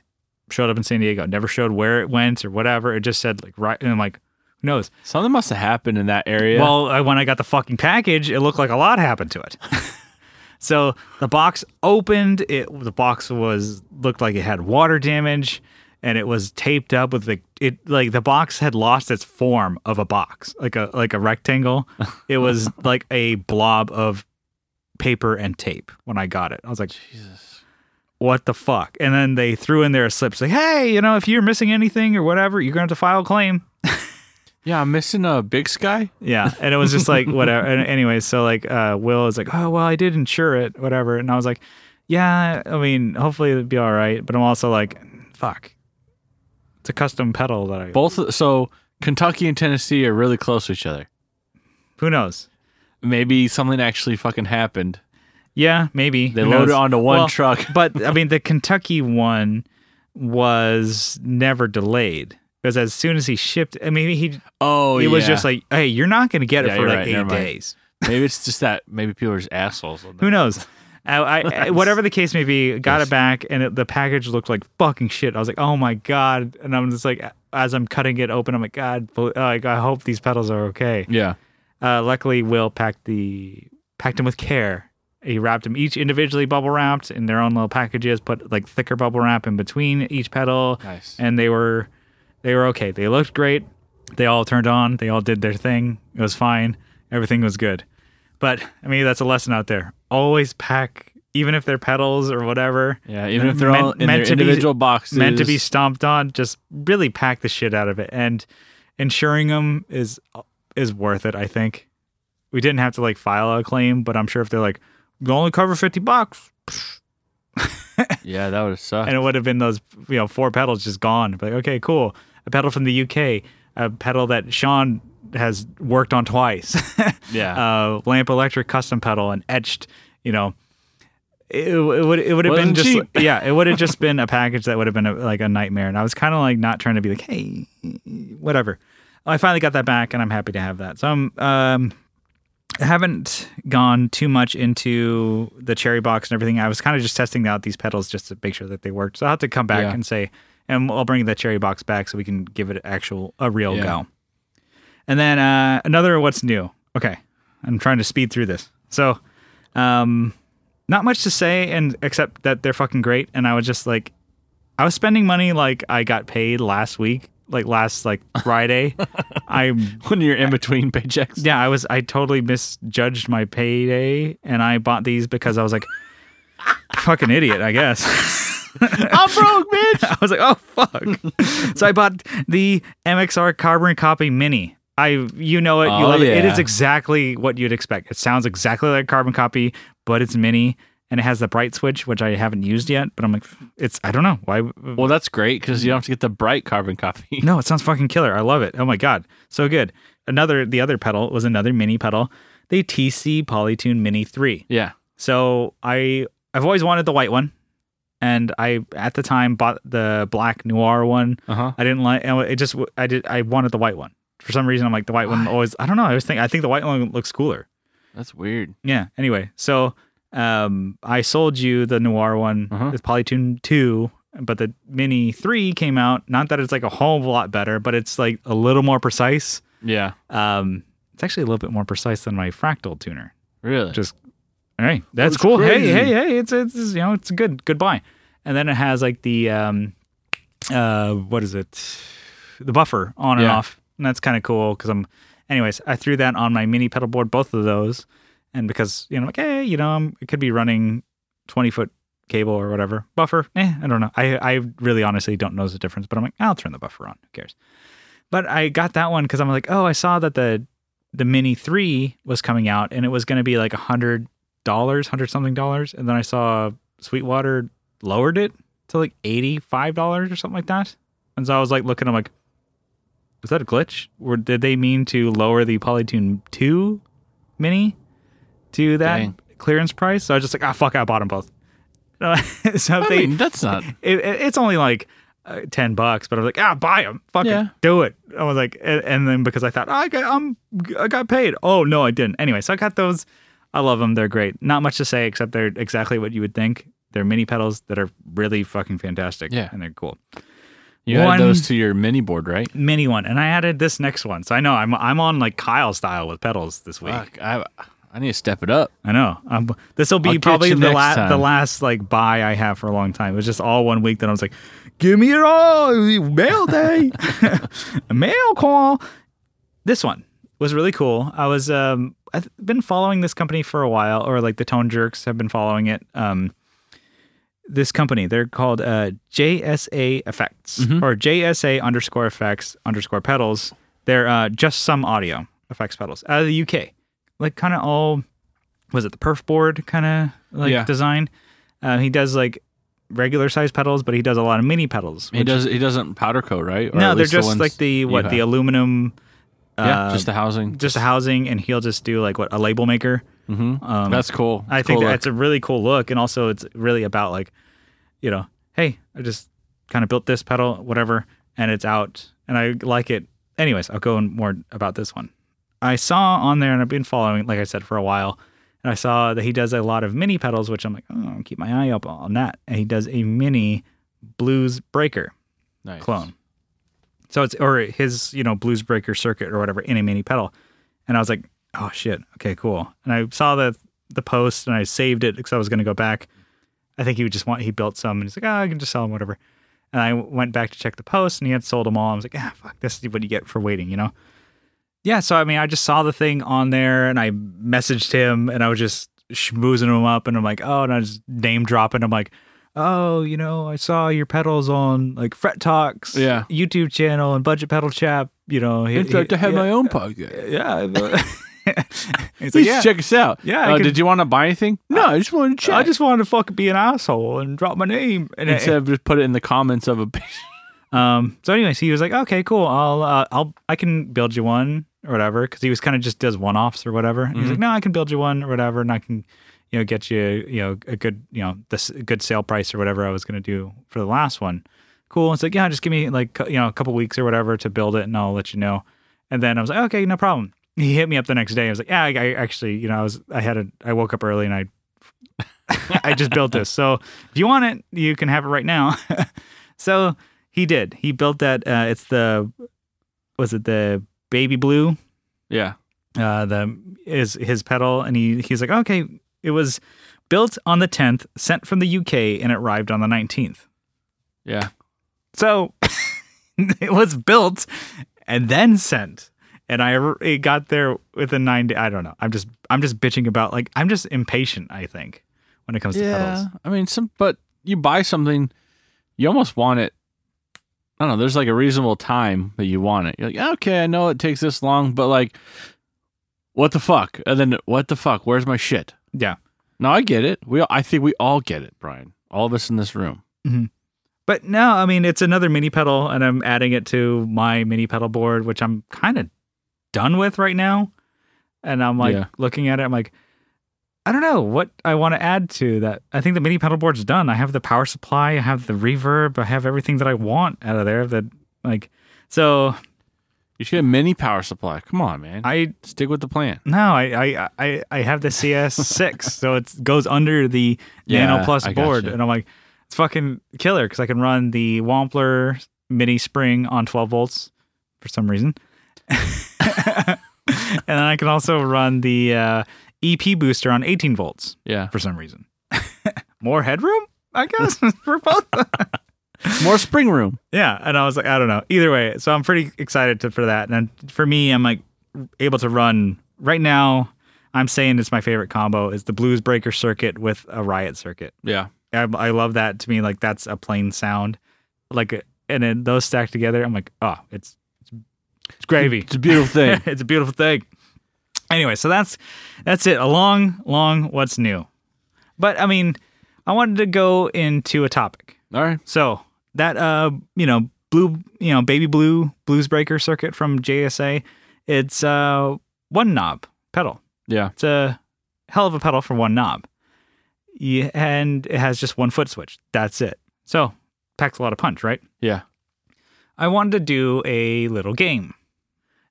Speaker 1: showed up in San Diego. It never showed where it went or whatever. It just said like right, and I'm like, who knows?
Speaker 2: Something must have happened in that area.
Speaker 1: Well, I, when I got the fucking package, it looked like a lot happened to it. so the box opened. It the box was looked like it had water damage, and it was taped up with the it like the box had lost its form of a box, like a like a rectangle. It was like a blob of paper and tape when I got it. I was like,
Speaker 2: Jesus.
Speaker 1: what the fuck? And then they threw in there a slip, say, hey, you know, if you're missing anything or whatever, you're gonna have to file a claim.
Speaker 2: Yeah, I'm missing a big sky.
Speaker 1: Yeah, and it was just like whatever. And anyway, so like uh, Will is like, oh well, I did insure it, whatever. And I was like, yeah, I mean, hopefully it'll be all right. But I'm also like, fuck, it's a custom pedal that I.
Speaker 2: Both so Kentucky and Tennessee are really close to each other.
Speaker 1: Who knows?
Speaker 2: Maybe something actually fucking happened.
Speaker 1: Yeah, maybe
Speaker 2: They
Speaker 1: Who
Speaker 2: loaded
Speaker 1: knows?
Speaker 2: onto one
Speaker 1: Well,
Speaker 2: truck.
Speaker 1: but I mean, the Kentucky one was never delayed because as soon as he shipped, I mean, he
Speaker 2: Oh,
Speaker 1: he
Speaker 2: yeah.
Speaker 1: was just like, hey, you're not going to get it
Speaker 2: Yeah,
Speaker 1: for
Speaker 2: you're
Speaker 1: like
Speaker 2: right,
Speaker 1: eight
Speaker 2: never mind.
Speaker 1: days.
Speaker 2: maybe it's just that maybe people are just assholes.
Speaker 1: Who knows? I, I, I- whatever the case may be, got it back, and it, the package looked like fucking shit. I was like, oh my god, and I'm just like, as I'm cutting it open, I'm like, God, bo- like I hope these pedals are okay.
Speaker 2: Yeah.
Speaker 1: Uh, luckily, Will packed the packed them with care. He wrapped them each individually, bubble wrapped in their own little packages. Put like thicker bubble wrap in between each pedal,
Speaker 2: Nice.
Speaker 1: and they were they were okay. They looked great. They all turned on. They all did their thing. It was fine. Everything was good. But I mean, that's a lesson out there. Always pack, even if they're pedals or whatever,
Speaker 2: Yeah, even if they're
Speaker 1: meant-
Speaker 2: all in
Speaker 1: meant
Speaker 2: their
Speaker 1: to be-
Speaker 2: individual boxes,
Speaker 1: meant to be stomped on. Just really pack the shit out of it, and insuring them is is worth it. I think we didn't have to like file a claim, but I'm sure if they're like, "We only cover fifty bucks,
Speaker 2: Yeah, that would have sucked.
Speaker 1: and it would have been those you know four pedals just gone. But like, okay, cool, a pedal from the UK, a pedal that Sean has worked on twice,
Speaker 2: yeah,
Speaker 1: uh, Lamp Electric custom pedal and etched, you know. It, it would it would have been
Speaker 2: Wasn't
Speaker 1: just
Speaker 2: cheap.
Speaker 1: yeah it would have just been a package that would have been a, like a nightmare and I was kind of like not trying to be like hey whatever I finally got that back and I'm happy to have that so I'm um I haven't gone too much into the cherry box and everything. I was kind of just testing out these pedals just to make sure that they worked. So I'll have to come back
Speaker 2: Yeah.
Speaker 1: and say, and I'll bring the cherry box back so we can give it actual a real
Speaker 2: Yeah.
Speaker 1: go. And then uh, another what's new? Okay, I'm trying to speed through this. So, um, not much to say, and except that they're fucking great. And I was just like, I was spending money like I got paid last week, like last like Friday. I'm
Speaker 2: when you're in between paychecks.
Speaker 1: yeah, I was I totally misjudged my payday and I bought these because I was like fucking idiot, I guess.
Speaker 2: I'm broke, bitch.
Speaker 1: I was like, "Oh fuck." so I bought the MXR Carbon Copy Mini. I you know it, you
Speaker 2: Oh,
Speaker 1: love it. It
Speaker 2: yeah.
Speaker 1: is exactly what you'd expect. It sounds exactly like Carbon Copy, but it's mini and it has the bright switch which I haven't used yet, but I'm like it's I don't know. Why
Speaker 2: Well, that's great because you don't have to get the bright carbon copy.
Speaker 1: no, it sounds fucking killer. I love it. Oh my god, so good. Another the other pedal was another mini pedal, the TC Polytune Mini Three.
Speaker 2: Yeah,
Speaker 1: So I I've always wanted the white one, and I at the time bought the black noir one.
Speaker 2: uh huh.
Speaker 1: I didn't like and it. Just I did I wanted the white one for some reason. I'm like the white one
Speaker 2: Why?
Speaker 1: always. I don't know. I was thinking I think the white one looks cooler.
Speaker 2: That's weird.
Speaker 1: Yeah. Anyway, so um, I sold you the noir one,
Speaker 2: Uh-huh.
Speaker 1: the Polytune two, but the Mini three came out. Not that it's like a whole lot better, but it's like a little more precise.
Speaker 2: Yeah,
Speaker 1: Um, it's actually a little bit more precise than my fractal tuner.
Speaker 2: really.
Speaker 1: Just- All right, that's
Speaker 2: That's
Speaker 1: cool.
Speaker 2: crazy.
Speaker 1: Hey, hey, hey! It's, it's you know it's good. Goodbye. And then it has like the um, uh, what is it? The buffer on and
Speaker 2: Yeah.
Speaker 1: off. And that's kind of cool because I'm. Anyways, I threw that on my mini pedal board, both of those, and because you know, like, hey, you know, I'm, it could be running twenty foot cable or whatever buffer. Eh, I don't know. I I really honestly don't know the difference, but I'm like, I'll turn the buffer on. Who cares? But I got that one because I'm like, oh, I saw that the the Mini Three was coming out, and it was going to be like a hundred dollars, hundred something dollars, and then I saw Sweetwater lowered it to like eighty five dollars or something like that, and so I was like looking, I'm like, was that a glitch? Or did they mean to lower the Polytune Two Mini to that
Speaker 2: Dang.
Speaker 1: clearance price? So I was just like, ah, fuck, it, I bought them both. so if
Speaker 2: I
Speaker 1: they,
Speaker 2: mean, that's not.
Speaker 1: it, it- it's only like uh, 10 bucks but i was like ah buy them fucking
Speaker 2: Yeah.
Speaker 1: do it i was like and, and then because i thought I, got, I'm, I got paid oh no i didn't anyway so i got those i love them they're great not much to say except they're exactly what you would think They're mini pedals that are really fucking fantastic.
Speaker 2: Yeah.
Speaker 1: and they're cool.
Speaker 2: You
Speaker 1: One-
Speaker 2: add those to your mini board, right?
Speaker 1: Mini one, and I added this next one. So I know I'm I'm on like Kyle style with pedals this week.
Speaker 2: Fuck, I I need to step it up.
Speaker 1: I know. Um, this will
Speaker 2: I'll
Speaker 1: be
Speaker 2: catch
Speaker 1: probably
Speaker 2: you
Speaker 1: the
Speaker 2: next
Speaker 1: last
Speaker 2: time.
Speaker 1: the last like buy I have for a long time. It was just all one week that I was like, "Give me it all, mail day, mail call." This one was really cool. I was um I've been following this company for a while, or like the Tone Jerks have been following it. Um, this company they're called uh, JSA Effects or JSA underscore Effects underscore Pedals. They're uh, just some audio effects pedals out of the UK, like kind of all was it the perf board kind of like
Speaker 2: Yeah.
Speaker 1: design? Uh, he does like regular size pedals, but he does a lot of mini pedals.
Speaker 2: He does. He doesn't powder coat, right? Or
Speaker 1: no,
Speaker 2: at
Speaker 1: they're
Speaker 2: least
Speaker 1: just
Speaker 2: ones
Speaker 1: like the
Speaker 2: you
Speaker 1: what the
Speaker 2: have.
Speaker 1: aluminum,
Speaker 2: yeah,
Speaker 1: uh,
Speaker 2: just the housing.
Speaker 1: just a housing, and he'll just do like what a label maker.
Speaker 2: Mhm.
Speaker 1: Um,
Speaker 2: That's cool.
Speaker 1: I
Speaker 2: It's
Speaker 1: think
Speaker 2: cool
Speaker 1: that's a really cool look, and also it's really about like, you know, hey, I just kind of built this pedal, whatever, and it's out, and I like it. Anyways, I'll go in more about this one. I saw on there, and I've been following, like I said, for a while, and I saw that he does a lot of mini pedals, which I'm like, oh, I'll keep my eye up on that. And he does a mini blues breaker
Speaker 2: nice.
Speaker 1: clone. So it's or his you know blues breaker circuit or whatever in a mini pedal, and I was like, oh shit, okay, cool. And I saw the the post and I saved it because I was going to go back. I think he would just want he built some and he's like, oh, I can just sell them whatever. And I went back to check the post and he had sold them all. I was like, ah, fuck, this is what you get for waiting, you know? Yeah. So I mean, I just saw the thing on there and I messaged him and I was just schmoozing him up and I'm like, oh, and I was name dropping. I'm like. Oh, you know, I saw your pedals on like Fret Talks,
Speaker 2: Yeah.
Speaker 1: YouTube channel and Budget Pedal Chap. You know, he-
Speaker 2: I'd like
Speaker 1: he-
Speaker 2: to have
Speaker 1: yeah,
Speaker 2: my own podcast.
Speaker 1: yeah. He's like,
Speaker 2: Please
Speaker 1: yeah.
Speaker 2: check us out.
Speaker 1: Yeah, I
Speaker 2: Uh,
Speaker 1: can-
Speaker 2: did you want to buy anything? No, I just wanted to check.
Speaker 1: I just wanted to fucking be an asshole and drop my name. And it-
Speaker 2: instead of just put it in the comments of a picture.
Speaker 1: um, so anyways, he was like, "Okay, cool. I'll, uh, I'll, I can build you one or whatever." Because he was kind of just does one offs or whatever. And He's like, "No, I can build you one or whatever, and I can, you know, get you, you know, a good, you know, this a good sale price or whatever I was gonna do for the last one." Cool. It's like, yeah, just give me like cou- you know a couple weeks or whatever to build it, and I'll let you know. And then I was like, okay, no problem. He hit me up the next day. I was like, yeah, I, I actually, you know, I was, I had a, I woke up early and I, I just built this. So if you want it, you can have it right now. so he did. He built that. Uh, it's the, was it the baby blue?
Speaker 2: Yeah,
Speaker 1: Uh, the is his pedal, and he he's like, okay, it was built on the tenth, sent from the UK, and it arrived on the nineteenth.
Speaker 2: yeah.
Speaker 1: So it was built and then sent. And I it got there within nine days. I don't know. I'm just I'm just bitching about like I'm just impatient. I think when it comes to pedals.
Speaker 2: I mean, some, but you buy something, you almost want it. I don't know. There's like a reasonable time that you want it. You're like, okay, I know it takes this long, but like, what the fuck? And then what the fuck? Where's my shit?
Speaker 1: Yeah,
Speaker 2: No, I get it. We, I think we all get it, Brian. All of us in this room.
Speaker 1: but no, I mean it's another mini pedal, and I'm adding it to my mini pedal board, which I'm kind of done with right now. And I'm like
Speaker 2: Yeah.
Speaker 1: looking at it. I'm like, I don't know what I want to add to that. I think the mini pedal board's done. I have the power supply. I have the reverb. I have everything that I want out of there. That like, so
Speaker 2: You should get a mini power supply. Come on, man.
Speaker 1: I
Speaker 2: Stick with the plan.
Speaker 1: no, I I I, I have the CS6, so it goes under the Nano
Speaker 2: Yeah,
Speaker 1: Plus
Speaker 2: I gotcha.
Speaker 1: board, and I'm like, it's fucking killer because I can run the Wampler mini spring on 12 volts for some reason, and then I can also run the uh, EP booster on 18 volts
Speaker 2: Yeah.
Speaker 1: for some reason. More headroom, I guess, for both.
Speaker 2: More spring room.
Speaker 1: Yeah, and I was like, I don't know. Either way, so I'm pretty excited to, for that. And for me, I'm like able to run right now. I'm saying it's my favorite combo is the Blues Breaker circuit with a Riot circuit.
Speaker 2: Yeah.
Speaker 1: I, I love that. To me, like that's a plain sound. Like, and then those stacked together, I'm like, oh, it's it's, it's gravy.
Speaker 2: It's a beautiful thing.
Speaker 1: it's a beautiful thing. Anyway, so that's that's it. A long, long what's new. But I mean, I wanted to go into a topic.
Speaker 2: all right.
Speaker 1: So that uh, you know, blue, you know, baby blue blues breaker circuit from JSA, it's uh one knob pedal.
Speaker 2: Yeah.
Speaker 1: It's a hell of a pedal for one knob. Yeah, and it has just one foot switch. That's it. So packs a lot of punch, right?
Speaker 2: Yeah.
Speaker 1: I wanted to do a little game.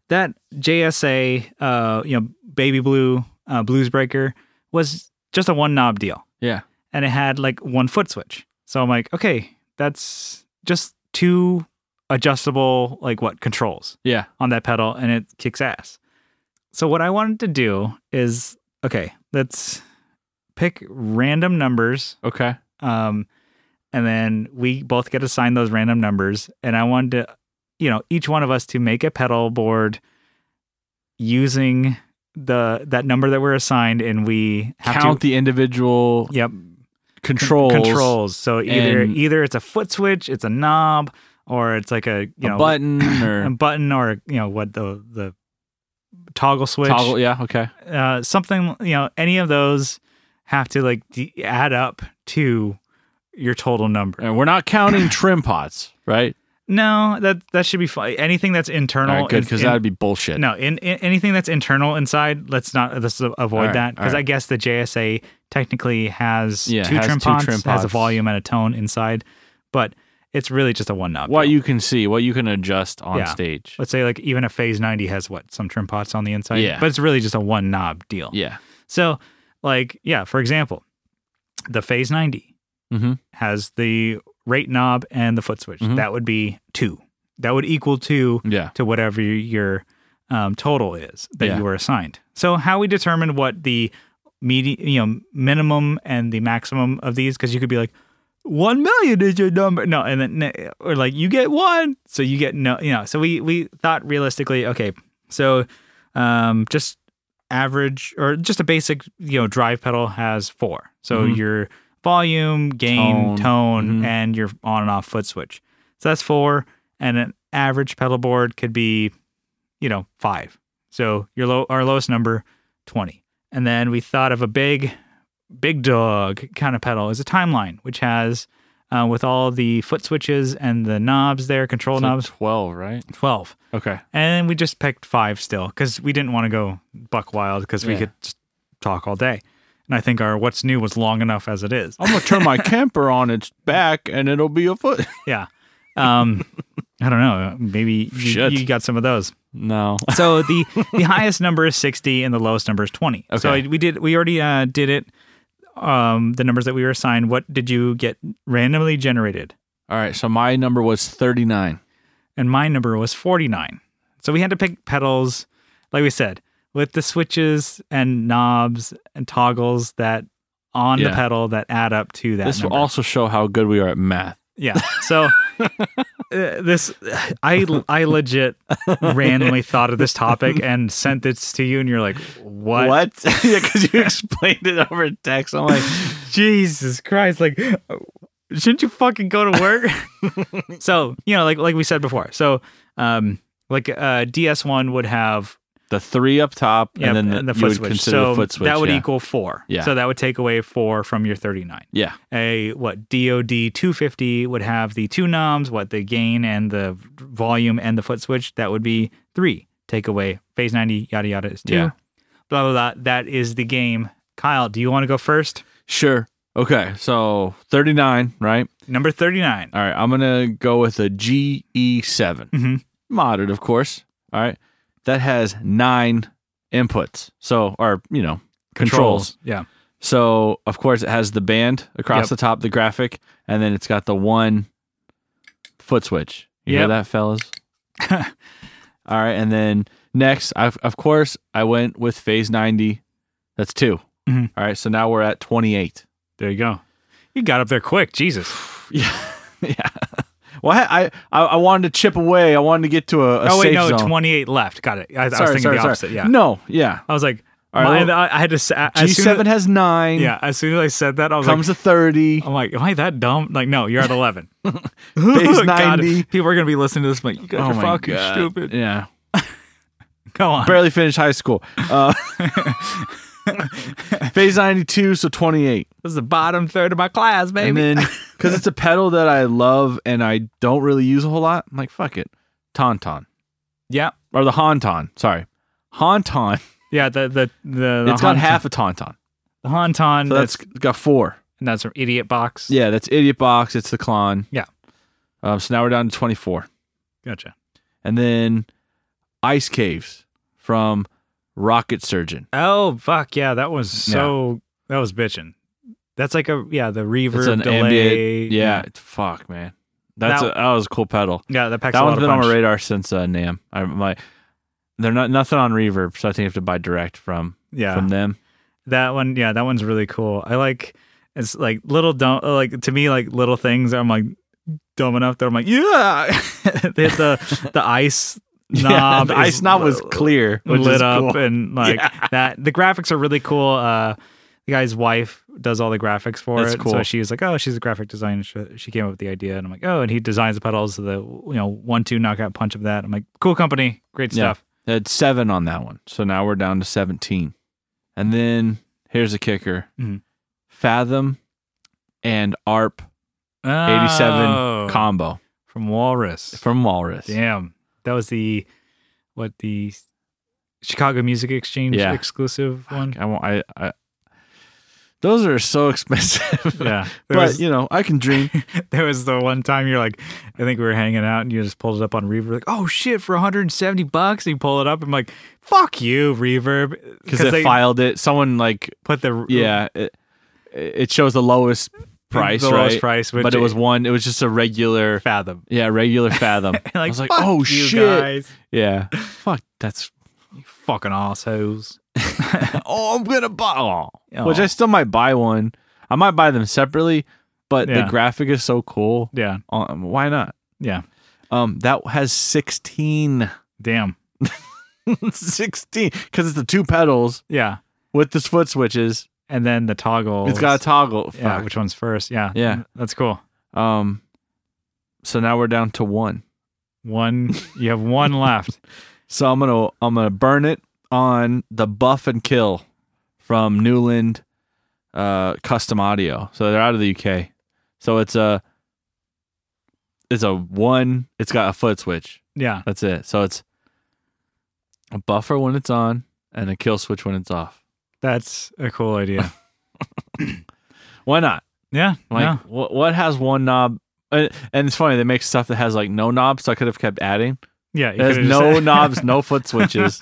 Speaker 1: That JSA, uh, you know, baby blue uh, blues breaker was just a one knob deal.
Speaker 2: Yeah.
Speaker 1: and it had like one foot switch. So I'm like, okay, that's just two adjustable like what controls
Speaker 2: Yeah.
Speaker 1: on that pedal and it kicks ass. So what I wanted to do is okay, let's pick random numbers
Speaker 2: Okay.
Speaker 1: um and then we both get assigned those random numbers and I wanted to you know, each one of us to make a pedal board using the that number that we're assigned and we have
Speaker 2: Count
Speaker 1: to
Speaker 2: the individual
Speaker 1: yep
Speaker 2: controls.
Speaker 1: controls. So either
Speaker 2: and-
Speaker 1: either it's a foot switch, it's a knob, or it's like a you know
Speaker 2: a button
Speaker 1: a
Speaker 2: or
Speaker 1: button or you know what the the toggle switch,
Speaker 2: toggle. Yeah. Okay.
Speaker 1: uh, something you know any of those have to like de- add up to your total number.
Speaker 2: And we're not counting trim pots, right?
Speaker 1: No, that that should be fine. Anything that's internal,
Speaker 2: All right, good,
Speaker 1: is-
Speaker 2: because
Speaker 1: in-
Speaker 2: that'd be bullshit.
Speaker 1: no, in, in anything that's internal inside, let's not let's avoid
Speaker 2: right,
Speaker 1: that because
Speaker 2: all right.
Speaker 1: I guess the JSA technically has
Speaker 2: Yeah,
Speaker 1: two
Speaker 2: has
Speaker 1: trim
Speaker 2: two
Speaker 1: pots,
Speaker 2: trim
Speaker 1: has a
Speaker 2: pods.
Speaker 1: volume and a tone inside, but it's really just a one knob.
Speaker 2: What
Speaker 1: deal.
Speaker 2: you can see, what you can adjust on
Speaker 1: Yeah.
Speaker 2: stage.
Speaker 1: let's say like even a Phase ninety has what some trim pots on the inside,
Speaker 2: Yeah.
Speaker 1: but it's really just a one knob deal.
Speaker 2: Yeah.
Speaker 1: So, like, yeah, for example, the Phase 90
Speaker 2: Mhm.
Speaker 1: has the rate knob and the foot switch.
Speaker 2: Mhm.
Speaker 1: That would be two. That would equal two
Speaker 2: Yeah.
Speaker 1: to whatever your um, total is that
Speaker 2: Yeah.
Speaker 1: you were assigned. So, how we determine what the medi- you know, minimum and the maximum of these, because you could be like, one million is your number. No, and then or like you get one, so you get no. You know, so we we thought realistically, okay, so um, just average or just a basic you know drive pedal has four. So
Speaker 2: Mhm.
Speaker 1: your volume, gain, tone,
Speaker 2: Tone. Mhm.
Speaker 1: and your on and off foot switch. So that's four, and an average pedal board could be, you know, five. So your low our lowest number, twenty, and then we thought of a big big dog kind of pedal is a timeline, which has uh, with all the foot switches and the knobs there, control
Speaker 2: It's like
Speaker 1: knobs,
Speaker 2: 12, right?
Speaker 1: twelve.
Speaker 2: Okay.
Speaker 1: And we just picked five still because we didn't want to go buck wild because we
Speaker 2: Yeah.
Speaker 1: could just talk all day. And I think our what's new was long enough as it is.
Speaker 2: I'm going to turn my camper on its back and it'll be a foot.
Speaker 1: Yeah. Um, I don't know. Maybe you,
Speaker 2: Shit.
Speaker 1: you got some of those.
Speaker 2: No.
Speaker 1: So the the highest number is 60 and the lowest number is 20. So
Speaker 2: Okay.
Speaker 1: we did we already uh, did it um the numbers that we were assigned what did you get randomly generated
Speaker 2: All right. So my number was 39.
Speaker 1: and my number was 49. So we had to pick pedals, like we said, with the switches and knobs and toggles that on the
Speaker 2: Yeah.
Speaker 1: pedal that add up to that.
Speaker 2: This will
Speaker 1: number.
Speaker 2: also show how good we are at math.
Speaker 1: yeah. So uh, this, I I legit randomly thought of this topic and sent this to you, and you're like, what?
Speaker 2: yeah, because you explained it over text. I'm like,
Speaker 1: Jesus Christ! Like, shouldn't you fucking go to work? so you know, like like we said before. So um, like uh, DS one would have
Speaker 2: the three up top,
Speaker 1: Yeah,
Speaker 2: and then the, you would consider
Speaker 1: so
Speaker 2: the foot switch.
Speaker 1: that would
Speaker 2: yeah.
Speaker 1: equal four.
Speaker 2: Yeah.
Speaker 1: So that would take away four from your 39.
Speaker 2: Yeah.
Speaker 1: A what DOD 250 would have the two knobs, what the gain and the volume and the foot switch. That would be three. Take away phase 90, yada yada is two.
Speaker 2: Yeah.
Speaker 1: Blah blah blah. That is the game. Kyle, do you want to go first?
Speaker 2: Sure. Okay. So 39, right?
Speaker 1: Number 39.
Speaker 2: All right. I'm going to go with a GE7.
Speaker 1: Mhm.
Speaker 2: Modded, of course. All right. That has nine inputs. So, or, you know, controls.
Speaker 1: Yeah.
Speaker 2: So, of course, it has the band across
Speaker 1: Yep.
Speaker 2: the top, the graphic, and then it's got the one foot switch. You
Speaker 1: Yep.
Speaker 2: hear that, fellas? All right. And then next, I've, of course, I went with phase 90. That's 2
Speaker 1: Mhm.
Speaker 2: All right. So now we're at 28.
Speaker 1: There you go. You got up there quick. Jesus.
Speaker 2: Yeah. yeah. Well, I, I I wanted to chip away. I wanted to get to a, a
Speaker 1: oh wait,
Speaker 2: safe
Speaker 1: no,
Speaker 2: zone.
Speaker 1: 28 left. Got it. I, I was
Speaker 2: Sorry,
Speaker 1: thinking
Speaker 2: sorry,
Speaker 1: the
Speaker 2: sorry.
Speaker 1: opposite. Yeah.
Speaker 2: No, yeah.
Speaker 1: I was like,
Speaker 2: All right,
Speaker 1: mine-
Speaker 2: well,
Speaker 1: I, I had to. sa- as soon as-
Speaker 2: G7 has nine.
Speaker 1: Yeah, as soon as I said that, I was
Speaker 2: Comes to 30.
Speaker 1: like, I'm like, am I that dumb? Like, no, you're at 11. Oh, God,
Speaker 2: 90.
Speaker 1: people are going to be listening to this, like, you guys
Speaker 2: Oh
Speaker 1: are
Speaker 2: my
Speaker 1: fucking
Speaker 2: God.
Speaker 1: stupid.
Speaker 2: Yeah.
Speaker 1: Go on.
Speaker 2: Barely finished high school. Uh, phase 92, so 28.
Speaker 1: This is the bottom third of my class,
Speaker 2: And
Speaker 1: baby.
Speaker 2: then, because it's a pedal that I love and I don't really use a whole lot, I'm like, fuck it. Tauntaun.
Speaker 1: yeah.
Speaker 2: Or the Honton. Sorry. Honton.
Speaker 1: Yeah. The, the, the, the
Speaker 2: It's got
Speaker 1: Honton-
Speaker 2: half a Tauntaun.
Speaker 1: the Honton.
Speaker 2: So
Speaker 1: that's,
Speaker 2: that's got four.
Speaker 1: and that's from Idiot Box.
Speaker 2: Yeah, that's Idiot Box. It's the Klon.
Speaker 1: Yeah.
Speaker 2: Um, so now we're down to 24.
Speaker 1: Gotcha.
Speaker 2: And then Ice Caves from Rocket Surgeon.
Speaker 1: Oh, fuck. Yeah. That was so, that was bitching. That's like a yeah, the reverb
Speaker 2: It's an
Speaker 1: delay.
Speaker 2: ambient. Yeah, fuck, man. That's
Speaker 1: Now-
Speaker 2: a, that was a cool pedal.
Speaker 1: yeah, that packs.
Speaker 2: That
Speaker 1: a
Speaker 2: one's
Speaker 1: lot
Speaker 2: been
Speaker 1: of
Speaker 2: on
Speaker 1: punch.
Speaker 2: my radar since uh, Nam. I, my they're not nothing on reverb, so I think you have to buy direct from
Speaker 1: Yeah,
Speaker 2: from them.
Speaker 1: that one. Yeah, that one's really cool. I like it's like little dumb. Like to me, like little things. I'm like dumb enough that I'm like yeah. they hit the the ice knob.
Speaker 2: the
Speaker 1: is
Speaker 2: ice knob was
Speaker 1: li-
Speaker 2: clear, which
Speaker 1: lit
Speaker 2: is
Speaker 1: up
Speaker 2: cool.
Speaker 1: and like
Speaker 2: Yeah.
Speaker 1: that. The graphics are really cool. Uh, the guy's wife does all the graphics for
Speaker 2: That's
Speaker 1: it. So
Speaker 2: cool.
Speaker 1: she was like, "Oh, she's a graphic designer." She, she came up with the idea, and I'm like, "Oh," and he designs the pedals, the you know one two knockout punch of that. I'm like, "Cool company, great
Speaker 2: Yeah.
Speaker 1: stuff."
Speaker 2: They had seven on that one, so now we're down to seventeen. And then here's a kicker:
Speaker 1: Mhm.
Speaker 2: Fathom and ARP
Speaker 1: Oh,
Speaker 2: eighty-seven combo
Speaker 1: from Walrus.
Speaker 2: from Walrus.
Speaker 1: Oh. Damn, that was the what the Chicago Music Exchange
Speaker 2: Yeah.
Speaker 1: exclusive one.
Speaker 2: I, won't- I, I, those are so expensive.
Speaker 1: Yeah,
Speaker 2: but
Speaker 1: there was,
Speaker 2: you know, I can dream.
Speaker 1: there was the one time you're like, I think we were hanging out and you just pulled it up on Reverb, like, oh shit, for 170 bucks. And you pull it up. I'm like, fuck you, Reverb,
Speaker 2: because they, filed it. Someone like
Speaker 1: put the
Speaker 2: yeah, it, it shows the lowest price,
Speaker 1: the
Speaker 2: right?
Speaker 1: lowest price, which
Speaker 2: but it was one. It was just a regular,
Speaker 1: fathom.
Speaker 2: yeah, regular Fathom.
Speaker 1: And
Speaker 2: I was like,
Speaker 1: fuck
Speaker 2: oh
Speaker 1: you
Speaker 2: shit,
Speaker 1: guys,
Speaker 2: yeah, fuck, that's
Speaker 1: you fucking assholes.
Speaker 2: oh, I'm gonna buy. Oh.
Speaker 1: Oh.
Speaker 2: Which I still might buy one. I might buy them separately, but
Speaker 1: Yeah.
Speaker 2: the graphic is so cool.
Speaker 1: Yeah,
Speaker 2: Um, why not?
Speaker 1: yeah,
Speaker 2: Um, that has 16.
Speaker 1: damn,
Speaker 2: 16 because it's the two pedals
Speaker 1: yeah.
Speaker 2: with the foot switches.
Speaker 1: And then the toggle.
Speaker 2: It's got a toggle.
Speaker 1: yeah,
Speaker 2: Fuck.
Speaker 1: which one's first? Yeah,
Speaker 2: Yeah.
Speaker 1: that's cool.
Speaker 2: Um, so now we're down to one.
Speaker 1: One, you have one left.
Speaker 2: So I'm gonna I'm gonna burn it on the buff and kill from Newland uh custom audio. So they're out of the UK. So it's a it's a one, it's got a foot switch.
Speaker 1: Yeah,
Speaker 2: That's it. So it's a buffer when it's on and a kill switch when it's off.
Speaker 1: that's a cool idea.
Speaker 2: Why not?
Speaker 1: Yeah,
Speaker 2: Like
Speaker 1: yeah.
Speaker 2: what what has one knob and and it's funny, they make stuff that has like no knobs, so I could have kept adding.
Speaker 1: Yeah, you
Speaker 2: It has
Speaker 1: could've
Speaker 2: no
Speaker 1: just-
Speaker 2: knobs, no foot switches.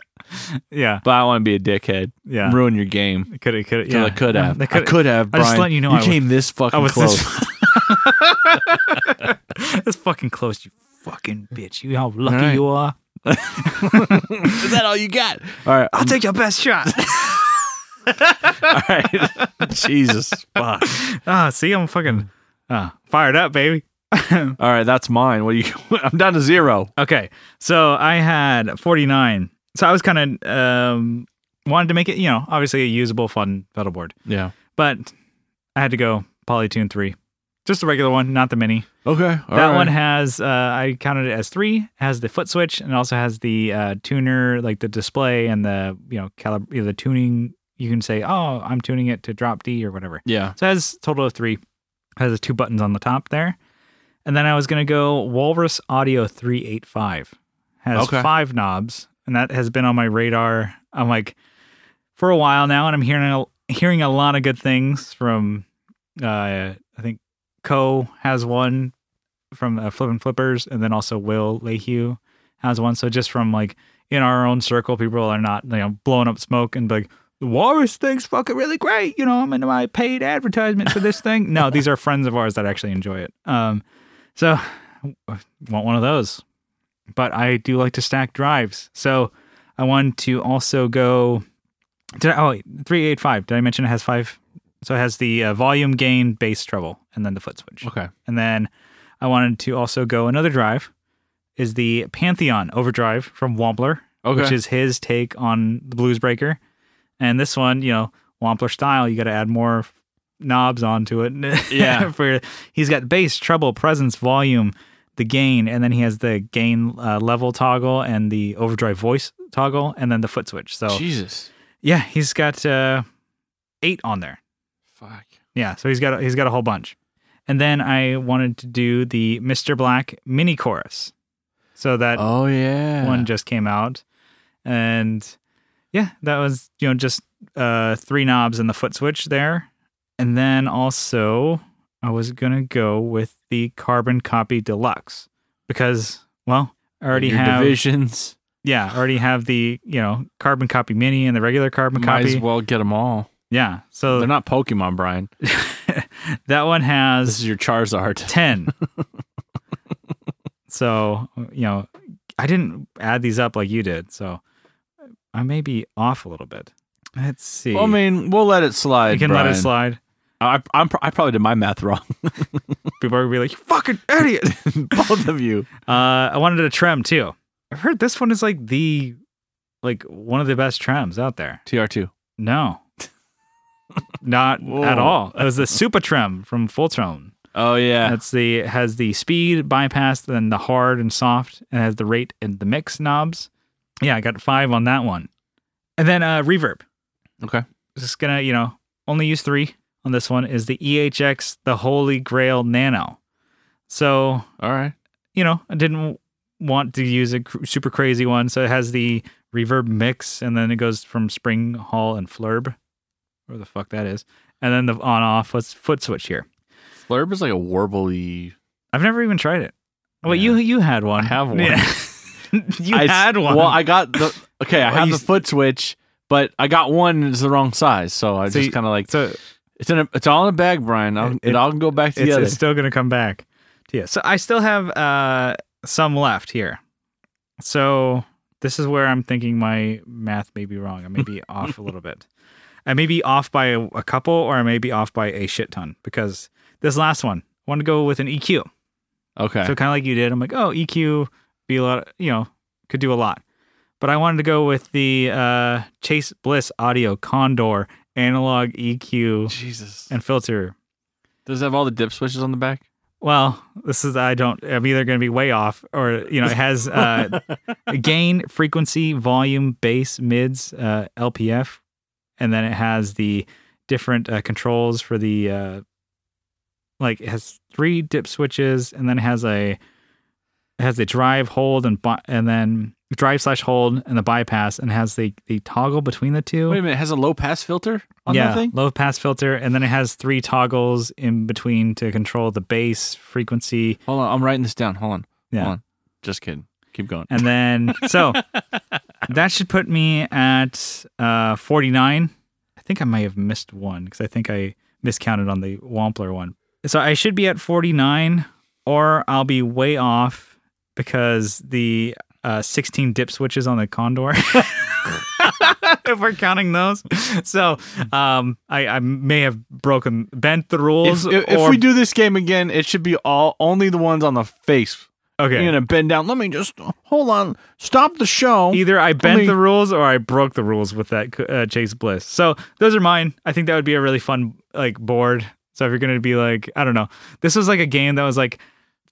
Speaker 1: yeah,
Speaker 2: But I want to be a dickhead.
Speaker 1: yeah.
Speaker 2: Ruin your game.
Speaker 1: Could it? Could it?
Speaker 2: Yeah,
Speaker 1: Yeah,
Speaker 2: I could
Speaker 1: Yeah,
Speaker 2: have.
Speaker 1: they
Speaker 2: I could have.
Speaker 1: I
Speaker 2: Brian.
Speaker 1: just let you know
Speaker 2: You
Speaker 1: I was-
Speaker 2: came this fucking
Speaker 1: I was
Speaker 2: close.
Speaker 1: this. this fucking close. You fucking bitch. You know how lucky
Speaker 2: Alright.
Speaker 1: you are.
Speaker 2: Is that all you got? All right.
Speaker 1: I'll take your best shot.
Speaker 2: all right. Jesus. Fuck.
Speaker 1: Ah, see, I'm fucking uh, fired up, baby.
Speaker 2: All right. That's mine. What do you? I'm down to zero.
Speaker 1: Okay, so I had 49. So I was kind of um wanted to make it, you know, obviously a usable, fun pedal board,
Speaker 2: Yeah.
Speaker 1: but I had to go Polytune three, just the regular one, not the mini.
Speaker 2: Okay. That
Speaker 1: that one has uh, I counted it as three. Has the foot switch and it also has the uh, tuner, like the display and the you know calib- you know, the tuning. You can say, oh, I'm tuning it to drop D or whatever.
Speaker 2: Yeah.
Speaker 1: So it has a total of three. It has the two buttons on the top there, and then I was gonna go Walrus Audio three eight five. Has
Speaker 2: Okay.
Speaker 1: five knobs, and that has been on my radar. I'm like for a while now, and I'm hearing a, hearing a lot of good things from. Uh, I think Co has one from uh, Flippin' Flippers, and then also Will Lehue has one. So just from like in our own circle, people are not you know blowing up smoke and be like the Walrus thing's fucking really great. You know, I'm into my paid advertisement for this thing. no, these are friends of ours that actually enjoy it. Um, so want one of those, but I do like to stack drives. So I want to also go. Did I, oh wait, three eight five? Did I mention it has five? So it has the uh, volume gain, bass treble, and then the foot switch.
Speaker 2: Okay.
Speaker 1: And then I wanted to also go another drive is the Pantheon Overdrive from Wampler,
Speaker 2: Okay.
Speaker 1: which is his take on the Blues Breaker. And this one, you know, Wampler style, you got to add more knobs onto it.
Speaker 2: Yeah.
Speaker 1: For he's got bass, treble, presence, volume, the gain, and then he has the gain uh, level toggle and the overdrive voice toggle, and then the foot switch. So
Speaker 2: Jesus.
Speaker 1: yeah, he's got uh, eight on there.
Speaker 2: Fuck.
Speaker 1: Yeah, so he's got he's got a whole bunch. And then I wanted to do the Mr. Black mini chorus. So that one
Speaker 2: Oh yeah.
Speaker 1: just came out. And yeah, that was, you know, just uh three knobs and the foot switch there. And then also I was going to go with the Carbon Copy Deluxe because well, I already
Speaker 2: Your
Speaker 1: have
Speaker 2: divisions.
Speaker 1: yeah, I already have the, you know, Carbon Copy Uh, mini and the regular Carbon
Speaker 2: Might
Speaker 1: Copy.
Speaker 2: as well get them all.
Speaker 1: Yeah. So
Speaker 2: They're not Pokemon, Brian.
Speaker 1: That one
Speaker 2: This
Speaker 1: has
Speaker 2: is your Charizard.
Speaker 1: 10. so, you know, I didn't add these up like you did. So I may be off a little bit. Let's see.
Speaker 2: Well, I mean, we'll let it slide.
Speaker 1: you can let it
Speaker 2: Brian.
Speaker 1: slide.
Speaker 2: I, I'm, pro- I probably did my math wrong.
Speaker 1: People are going to be like, you fucking idiot.
Speaker 2: Both of you.
Speaker 1: Uh, I wanted a trem too. I've heard this one is like the, like one of the best trems out there.
Speaker 2: TR2.
Speaker 1: No, not
Speaker 2: Whoa.
Speaker 1: at all. It was the super trem from Full Tone.
Speaker 2: Oh, yeah.
Speaker 1: That's the it has the speed bypass, then the hard and soft, and has the rate and the mix knobs. Yeah, I got five on that one, and then uh, reverb.
Speaker 2: Okay.
Speaker 1: Just gonna you know only use three on this one. Is the EHX the Holy Grail Nano? So
Speaker 2: All right.
Speaker 1: you know, I didn't want to use a cr- super crazy one. So it has the reverb mix, and then it goes from Spring Hall and Flurb, or the fuck that is, and then the on off. Let's foot switch here.
Speaker 2: Flurb is like a warbly.
Speaker 1: I've never even tried it. Well,
Speaker 2: Yeah.
Speaker 1: you you had one.
Speaker 2: I have one.
Speaker 1: you
Speaker 2: I s-
Speaker 1: had one.
Speaker 2: Well, I got the. Okay, I
Speaker 1: Well,
Speaker 2: have
Speaker 1: you
Speaker 2: the
Speaker 1: s-
Speaker 2: foot switch, but I got one and it's the wrong size. So I
Speaker 1: So you-
Speaker 2: just kind of like.
Speaker 1: so
Speaker 2: It's in a, it's all in a bag, Brian. I'll,
Speaker 1: It-
Speaker 2: it, all can go back to
Speaker 1: it's,
Speaker 2: the other.
Speaker 1: it's still gonna come back. Yeah. So I still have uh some left here. So this is where I'm thinking my math may be wrong. I may be off a little bit. I may be off by a, a couple, or I may be off by a shit ton because this last one I want to go with an E EQ.
Speaker 2: Okay.
Speaker 1: So kind of like you did, I'm like, oh, EQ be a lot, you know, could do a lot. But I wanted to go with the uh, Chase Bliss Audio Condor analog EQ
Speaker 2: Jesus.
Speaker 1: and filter
Speaker 2: Does it have all the dip switches on the back?
Speaker 1: Well, this is I don't. I'm either going to be way off, or you know, it has uh, gain, frequency, volume, bass, mids, uh, LPF, and then it has the different uh, controls for the uh, like it has three dip switches, and then it has a it has the drive, hold, and bi- and then drive slash hold, and the bypass, and it has the the toggle between the two
Speaker 2: Wait a minute. It has a low pass filter on
Speaker 1: yeah,
Speaker 2: that thing?
Speaker 1: low pass filter, and then it has three toggles in between to control the bass frequency,
Speaker 2: Hold on. I'm writing this down. Hold on.
Speaker 1: Yeah.
Speaker 2: Hold on. Just kidding. Keep going.
Speaker 1: and then so that should put me at uh, forty nine. I think I may have missed one because I think I miscounted on the Wampler one. So I should be at forty nine, or I'll be way off because the uh, sixteen dip switches on the Condor. if we're counting those, so um, I, I may have broken bent the
Speaker 2: If,
Speaker 1: rules.
Speaker 2: if- if
Speaker 1: or,
Speaker 2: we do this game again, it should be all only the ones on the face.
Speaker 1: okay,
Speaker 2: You're gonna bend down. Let me just hold on. Stop the show.
Speaker 1: either I bent
Speaker 2: Only-
Speaker 1: the rules or I broke the rules with that uh, Chase Bliss. So those are mine. I think that would be a really fun like board. So if you're gonna be like, I don't know, this was like a game that was like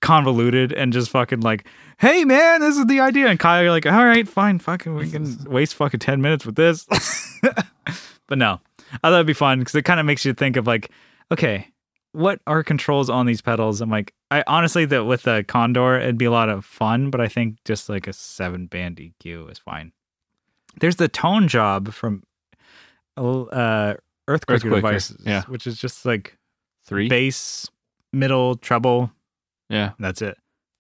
Speaker 1: convoluted and just fucking like, hey man, this is the idea. And Kyle, you're like, all right, fine, fucking, we can waste fucking ten minutes with this. but no, I thought it'd be fun because it kind of makes you think of like, okay, what are controls on these pedals? I'm like, I honestly that with the Condor, it'd be a lot of fun, but I think just like a seven band EQ is fine. There's the tone job from uh, Earthquake
Speaker 2: Earthquaker,
Speaker 1: devices,
Speaker 2: yeah.
Speaker 1: which is just like
Speaker 2: Three.
Speaker 1: bass, middle, treble.
Speaker 2: yeah.
Speaker 1: and That's it.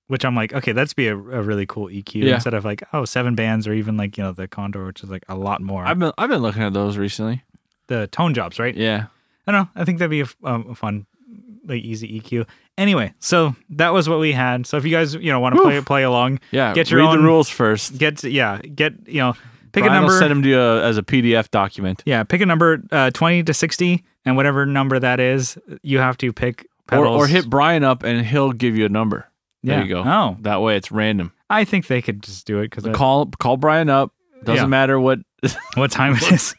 Speaker 1: Which I'm like, okay, that's be a, a really cool EQ
Speaker 2: Yeah.
Speaker 1: instead of like, oh, seven bands or even like you know the Condor, which is like a lot more.
Speaker 2: I've been I've been looking at those recently.
Speaker 1: the tone jobs, right?
Speaker 2: Yeah.
Speaker 1: I don't know. I think that'd be a, f- um, a fun, like easy EQ. Anyway, so that was what we had. So if you guys, you know, want to
Speaker 2: Whew.
Speaker 1: play play along,
Speaker 2: Yeah.
Speaker 1: Get your
Speaker 2: Read
Speaker 1: own-
Speaker 2: the rules first.
Speaker 1: get to- yeah, get you know, pick
Speaker 2: Brian
Speaker 1: a
Speaker 2: Will
Speaker 1: number.
Speaker 2: send them to you uh, as a PDF document.
Speaker 1: yeah, pick a number uh, twenty to sixty, and whatever number that is, you have to pick
Speaker 2: Or,
Speaker 1: pedals
Speaker 2: or hit Brian up and he'll give you a number.
Speaker 1: Yeah.
Speaker 2: There you go.
Speaker 1: Oh,
Speaker 2: That way it's random.
Speaker 1: I think they could just do it because
Speaker 2: Call call Brian up. Doesn't
Speaker 1: Yeah.
Speaker 2: matter what.
Speaker 1: what time it is.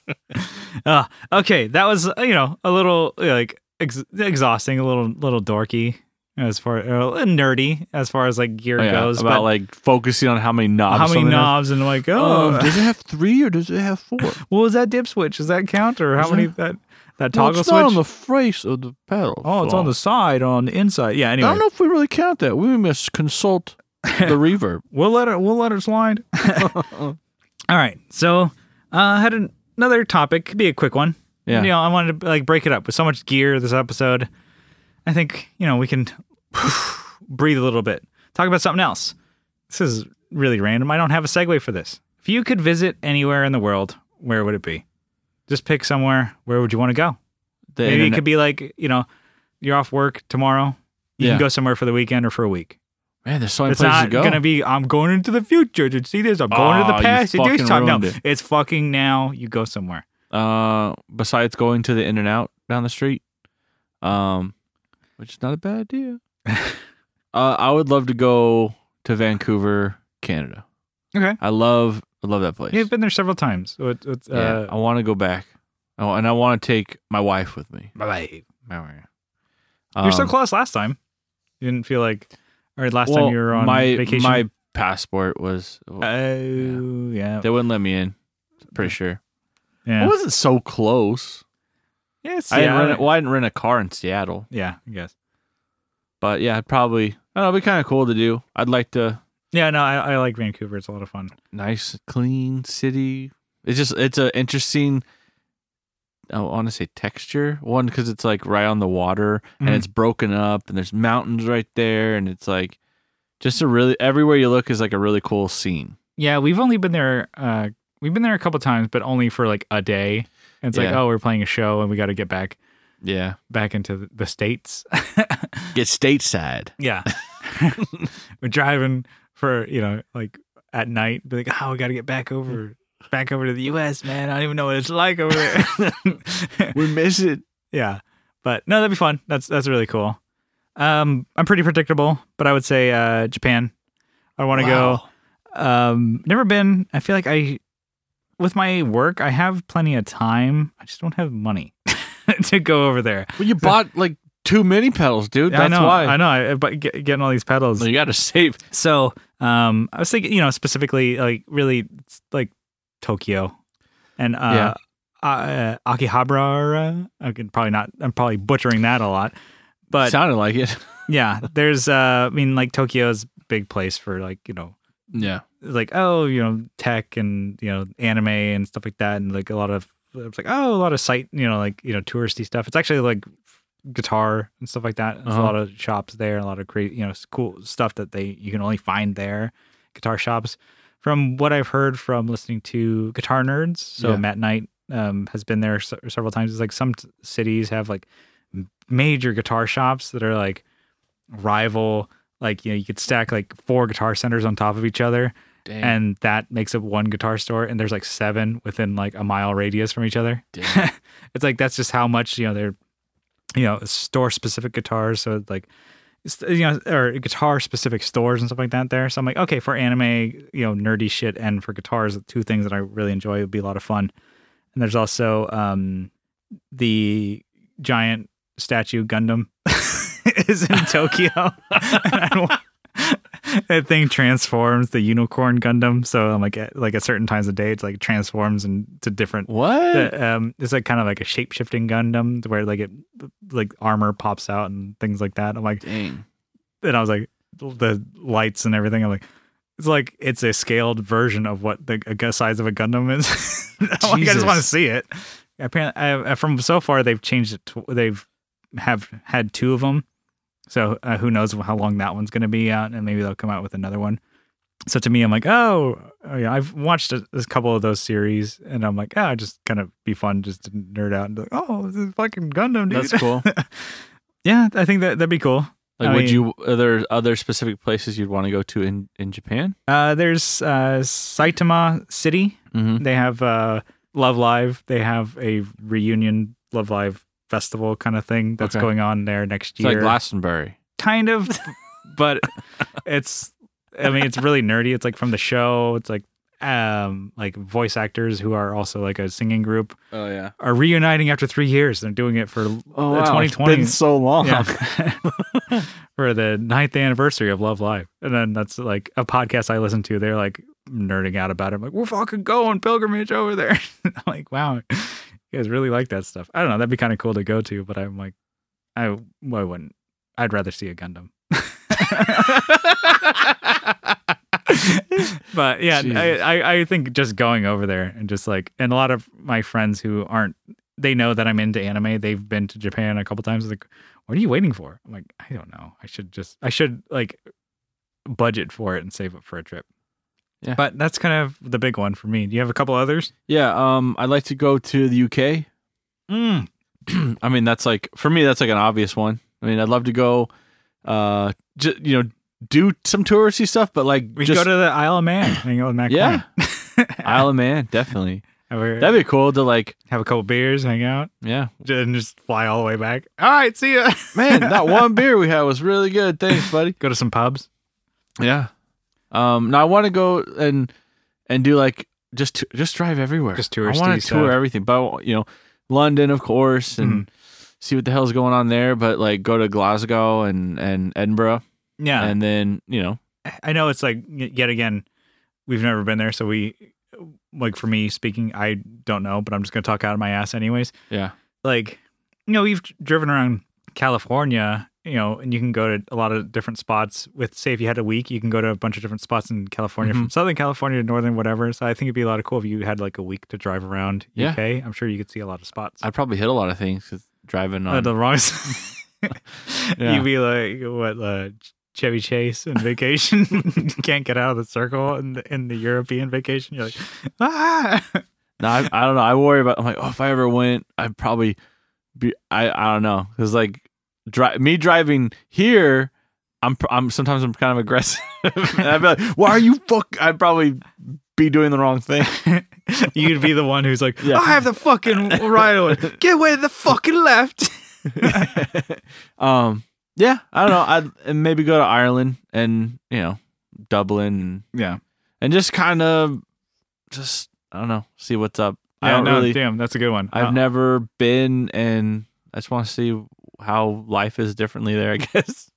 Speaker 1: uh, okay, that was uh, you know a little uh, like ex- exhausting, a little little dorky as far uh, nerdy as far as like gear
Speaker 2: Oh, yeah,
Speaker 1: goes,
Speaker 2: about
Speaker 1: but
Speaker 2: like focusing on how many knobs.
Speaker 1: how many
Speaker 2: something has.
Speaker 1: knobs and like oh,
Speaker 2: Um, does it have three or does it have four?
Speaker 1: what was that dip switch? Is that count or how
Speaker 2: Is
Speaker 1: many
Speaker 2: that-
Speaker 1: that that
Speaker 2: Well,
Speaker 1: toggle
Speaker 2: it's
Speaker 1: switch?
Speaker 2: not on the face of the pedal.
Speaker 1: oh, it's
Speaker 2: so-
Speaker 1: on the side on the inside. Yeah.
Speaker 2: I
Speaker 1: Anyway,
Speaker 2: don't know if we really count that. We must consult the reverb.
Speaker 1: we'll let it we'll let it slide. All right, so uh, had an, another topic. Could be a quick one.
Speaker 2: Yeah.
Speaker 1: You know, I wanted to like break it up with so much gear this episode. I think you know we can breathe a little bit. Talk about something else. This is really random. I don't have a segue for this. If you could visit anywhere in the world, where would it be? Just pick somewhere. Where would you want to go?
Speaker 2: the
Speaker 1: Maybe it
Speaker 2: internet-
Speaker 1: could be like, you know, you're off work tomorrow. You
Speaker 2: Yeah.
Speaker 1: can go somewhere for the weekend or for a week.
Speaker 2: man, there's so many
Speaker 1: it's
Speaker 2: places
Speaker 1: not
Speaker 2: to go.
Speaker 1: gonna be. I'm going into the future to see this. I'm going to
Speaker 2: Oh,
Speaker 1: the
Speaker 2: you
Speaker 1: past to do
Speaker 2: fucking
Speaker 1: something. No,
Speaker 2: ruined
Speaker 1: it's fucking now. You go somewhere.
Speaker 2: uh, besides going to the In and Out down the street, um, which is not a bad idea. uh, I would love to go to Vancouver, Canada.
Speaker 1: Okay.
Speaker 2: I love I love that place.
Speaker 1: You've been there several times. So it- it's,
Speaker 2: yeah,
Speaker 1: uh,
Speaker 2: I want to go back. Oh, and I want to take my wife with me.
Speaker 1: bye-bye.
Speaker 2: You're
Speaker 1: You're
Speaker 2: Um,
Speaker 1: so close last time. You didn't feel like, or last time you were on
Speaker 2: my
Speaker 1: vacation. Uh,
Speaker 2: my passport was
Speaker 1: oh yeah,
Speaker 2: they wouldn't let me in. Pretty sure. I
Speaker 1: yeah.
Speaker 2: wasn't so close.
Speaker 1: yeah, it's
Speaker 2: I didn't
Speaker 1: Seattle.
Speaker 2: rent. A, well, I didn't rent a car in Seattle,
Speaker 1: yeah, I guess.
Speaker 2: but yeah, I'd probably. I don't know, it'd be kind of cool to do. I'd like to.
Speaker 1: Yeah, no, I, I like Vancouver. It's a lot of fun.
Speaker 2: Nice, clean city. It's just it's a interesting. I want to say texture one because it's like right on the water
Speaker 1: Mhm.
Speaker 2: and it's broken up and there's mountains right there and it's like just a really everywhere you look is like a really cool scene.
Speaker 1: Yeah, we've only been there. Uh, we've been there a couple times, but only for like a day. And it's like,
Speaker 2: Yeah.
Speaker 1: oh, we're playing a show, and we got to get back
Speaker 2: Yeah,
Speaker 1: back into the- the states.
Speaker 2: get stateside.
Speaker 1: yeah, we're driving for you know like at night. Be like, oh, we got to get back over back over to the U.S. Man, I don't even know what it's like over there.
Speaker 2: We miss it.
Speaker 1: yeah, but no, that'd be fun. That's that's really cool. Um, I'm pretty predictable, but I would say uh, Japan. I want to go. Um, never been. I feel like I, with my work, I have plenty of time. I just don't have money to go over there.
Speaker 2: Well, you bought like two mini pedals, dude. That's
Speaker 1: I know.
Speaker 2: why.
Speaker 1: I know. I, but get, getting all these pedals.
Speaker 2: You got to save.
Speaker 1: So, um, I was thinking, you know, specifically like really it's like Tokyo and uh, uh Akihabara. I could probably not. I'm probably butchering that a lot, but
Speaker 2: Sounded like it.
Speaker 1: yeah, there's. Uh, I mean, like Tokyo's a big place for like you know
Speaker 2: Yeah.
Speaker 1: like oh you know tech and you know anime and stuff like that and like a lot of it's like oh a lot of site you know like you know touristy stuff it's actually like guitar and stuff like that there's
Speaker 2: Uh-huh.
Speaker 1: a lot of shops there a lot of great you know s- cool stuff that they you can only find there guitar shops from what i've heard from listening to guitar nerds so
Speaker 2: Yeah.
Speaker 1: matt knight um, has been there se- several times it's like some t- cities have like m- major guitar shops that are like rival like you know you could stack like four guitar centers on top of each other
Speaker 2: Damn.
Speaker 1: and that makes up one guitar store and there's like seven within like a mile radius from each other
Speaker 2: Damn.
Speaker 1: it's like that's just how much you know they're you know store specific guitars so it's like it's, you know or guitar specific stores and stuff like that there so i'm like okay for anime you know nerdy shit and for guitars the two things that i really enjoy would be a lot of fun and there's also um the giant statue gundam is in tokyo And I wa- that thing transforms the unicorn gundam so i'm like at, like at certain times of day it's like transforms into different
Speaker 2: what?
Speaker 1: the, um, it's like kind of like a shape shifting Gundam to where like it like armor pops out and things like that. I'm like,
Speaker 2: Dang.
Speaker 1: and I was like, the lights and everything. I'm like, it's like it's a scaled version of what the a size of a Gundam is. I'm like, I
Speaker 2: Jesus.
Speaker 1: just want to see it. Apparently, I, from so far they've changed it. To, they've have had two of them, so uh, who knows how long that one's going to be out, and maybe they'll come out with another one. So to me, I'm like, oh, oh yeah, I've watched a, a couple of those series, and I'm like, ah, just kind of be fun, just to nerd out and be like, oh, this is fucking Gundam, dude.
Speaker 2: That's cool. Like,
Speaker 1: yeah, I think that that'd be cool. I
Speaker 2: would
Speaker 1: mean-
Speaker 2: you? Are there other specific places you'd want to go to in in Japan?
Speaker 1: Uh, there's uh, Saitama City.
Speaker 2: Mm-hmm.
Speaker 1: They have uh, Love Live. They have a reunion Love Live festival kind of thing that's
Speaker 2: Okay.
Speaker 1: going on there next
Speaker 2: It's
Speaker 1: year.
Speaker 2: like Glastonbury.
Speaker 1: kind of, but it's. I mean, it's really nerdy. It's like from the show. It's like um like voice actors who are also like a singing group
Speaker 2: Oh yeah.
Speaker 1: are reuniting after three years. They're doing it for
Speaker 2: Oh
Speaker 1: uh, 2020.
Speaker 2: so long.
Speaker 1: yeah. for the ninth anniversary of Love Live. And then that's like a podcast I listen to. They're like nerding out about it. I'm like, we're fucking going pilgrimage over there. I'm like, wow, you guys really like that stuff. I don't know. That'd be kind of cool to go to, but I'm like, I, well, I wouldn't. I'd rather see a Gundam. but yeah,
Speaker 2: Jesus.
Speaker 1: I, I, I think just going over there and just like, and a lot of my friends who aren't, they know that I'm into anime. They've been to Japan a couple times. Like, what are you waiting for? I'm like, I don't know. I should just, I should like budget for it and save up for a trip.
Speaker 2: Yeah.
Speaker 1: But that's kind of the big one for me. Do you have a couple others?
Speaker 2: Yeah. Um, I'd like to go to the UK.
Speaker 1: Mm.
Speaker 2: I mean, that's like for me, that's like an obvious one. I mean, I'd love to go, uh, ju- you know, do some touristy stuff, but like
Speaker 1: We
Speaker 2: just
Speaker 1: go to the Isle of Man and hang out with Matt.
Speaker 2: Yeah.
Speaker 1: Klein.
Speaker 2: Isle of Man, definitely.
Speaker 1: have, a,
Speaker 2: That'd be cool to like,
Speaker 1: have a couple beers, hang out,
Speaker 2: yeah,
Speaker 1: and just fly all the way back. All right, see ya.
Speaker 2: man, that one beer we had was really good. Thanks, buddy.
Speaker 1: go to some pubs.
Speaker 2: Yeah. Um. Now I want to go and and do like just just drive everywhere.
Speaker 1: Just
Speaker 2: I want
Speaker 1: touristy
Speaker 2: to
Speaker 1: stuff.
Speaker 2: tour everything, but you know, London of course, and
Speaker 1: Mm-hmm.
Speaker 2: see what the hell's going on there. But like go to Glasgow and and Edinburgh,
Speaker 1: Yeah,
Speaker 2: and then you know,
Speaker 1: I know it's like y- yet again, we've never been there, so we like for me speaking, I don't know, but I'm just gonna talk out of my ass anyways.
Speaker 2: yeah,
Speaker 1: Like, you know, we've driven around California, you know, and you can go to a lot of different spots with say if you had a week, you can go to a bunch of different spots in California from Southern California to Northern whatever. So I think it'd be a lot of cool if you had like a week to drive around
Speaker 2: Yeah.
Speaker 1: UK. I'm sure you could see a lot of spots.
Speaker 2: I'd probably hit a lot of things 'cause driving
Speaker 1: Uh,
Speaker 2: on.
Speaker 1: the wrong side.
Speaker 2: Yeah.
Speaker 1: You'd be like what uh, Chevy Chase and vacation can't get out of the circle in the, in the European vacation. You're like ah.
Speaker 2: No, I, I don't know. I worry about. I'm like, oh, if I ever went, I'd probably be. I I don't know because like, dri- me driving here, I'm pr- I'm sometimes I'm kind of aggressive. and I'd be like, why are you fuck? I'd probably be doing the wrong thing.
Speaker 1: You'd be the one who's like,
Speaker 2: Yeah.
Speaker 1: I have the fucking right on. Get away to the fucking left.
Speaker 2: um, yeah, I don't know. I'd and maybe go to Ireland and you know Dublin and,
Speaker 1: Yeah.
Speaker 2: and just kind of just I don't know see what's up. I
Speaker 1: Yeah,
Speaker 2: don't
Speaker 1: no,
Speaker 2: really.
Speaker 1: damn, that's a good one.
Speaker 2: I've
Speaker 1: Uh,
Speaker 2: never been, and I just want to see how life is differently there. I guess.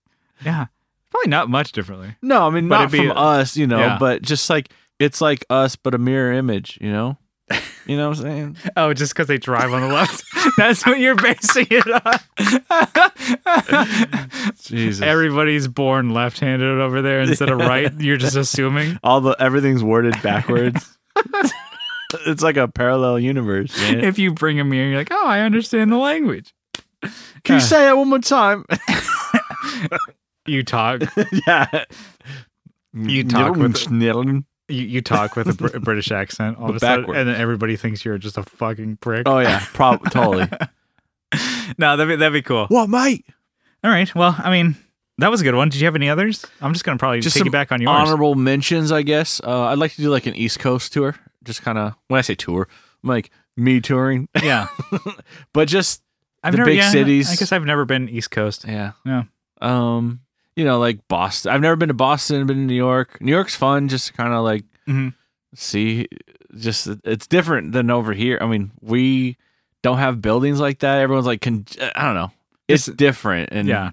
Speaker 1: Yeah. Probably not much differently.
Speaker 2: No, I mean
Speaker 1: But
Speaker 2: not
Speaker 1: it'd be-
Speaker 2: from us, you know,
Speaker 1: yeah.
Speaker 2: but just like it's like us, but a mirror image, you know. You know what I'm saying?
Speaker 1: Oh, just because they drive on the left. that's what you're basing it on.
Speaker 2: Jesus.
Speaker 1: Everybody's born left-handed over there instead of right. You're just assuming.
Speaker 2: All the everything's worded backwards. it's like a parallel universe. man.
Speaker 1: If you bring a mirror, you're like, oh, I understand the language.
Speaker 2: Can you
Speaker 1: uh.
Speaker 2: say it one more time?
Speaker 1: You talk.
Speaker 2: yeah.
Speaker 1: You talk with-
Speaker 2: Niddling.
Speaker 1: You, you talk with a Br- British accent all of
Speaker 2: But
Speaker 1: a sudden,
Speaker 2: backwards.
Speaker 1: and then everybody thinks you're just a fucking prick.
Speaker 2: Oh yeah, prob- totally.
Speaker 1: No, that'd be, that'd be cool.
Speaker 2: What, mate?
Speaker 1: All right. Well, I mean, that was a good one. Did you have any others? I'm just gonna probably
Speaker 2: Just
Speaker 1: take
Speaker 2: some
Speaker 1: it back on yours.
Speaker 2: Honorable mentions, I guess. Uh, I'd like to do like an East Coast tour. Just kind of when I say tour, I'm like me touring,
Speaker 1: yeah,
Speaker 2: but just
Speaker 1: I've
Speaker 2: The
Speaker 1: never,
Speaker 2: big
Speaker 1: yeah,
Speaker 2: cities.
Speaker 1: I guess I've never been East Coast.
Speaker 2: Yeah.
Speaker 1: Yeah.
Speaker 2: Um, you know, like Boston. I've never been to Boston, been to New York. New York's fun just to kind of like
Speaker 1: Mhm.
Speaker 2: see just it's different than over here. I mean, we don't have buildings like that. Everyone's like con- I don't know. It's, different and
Speaker 1: Yeah.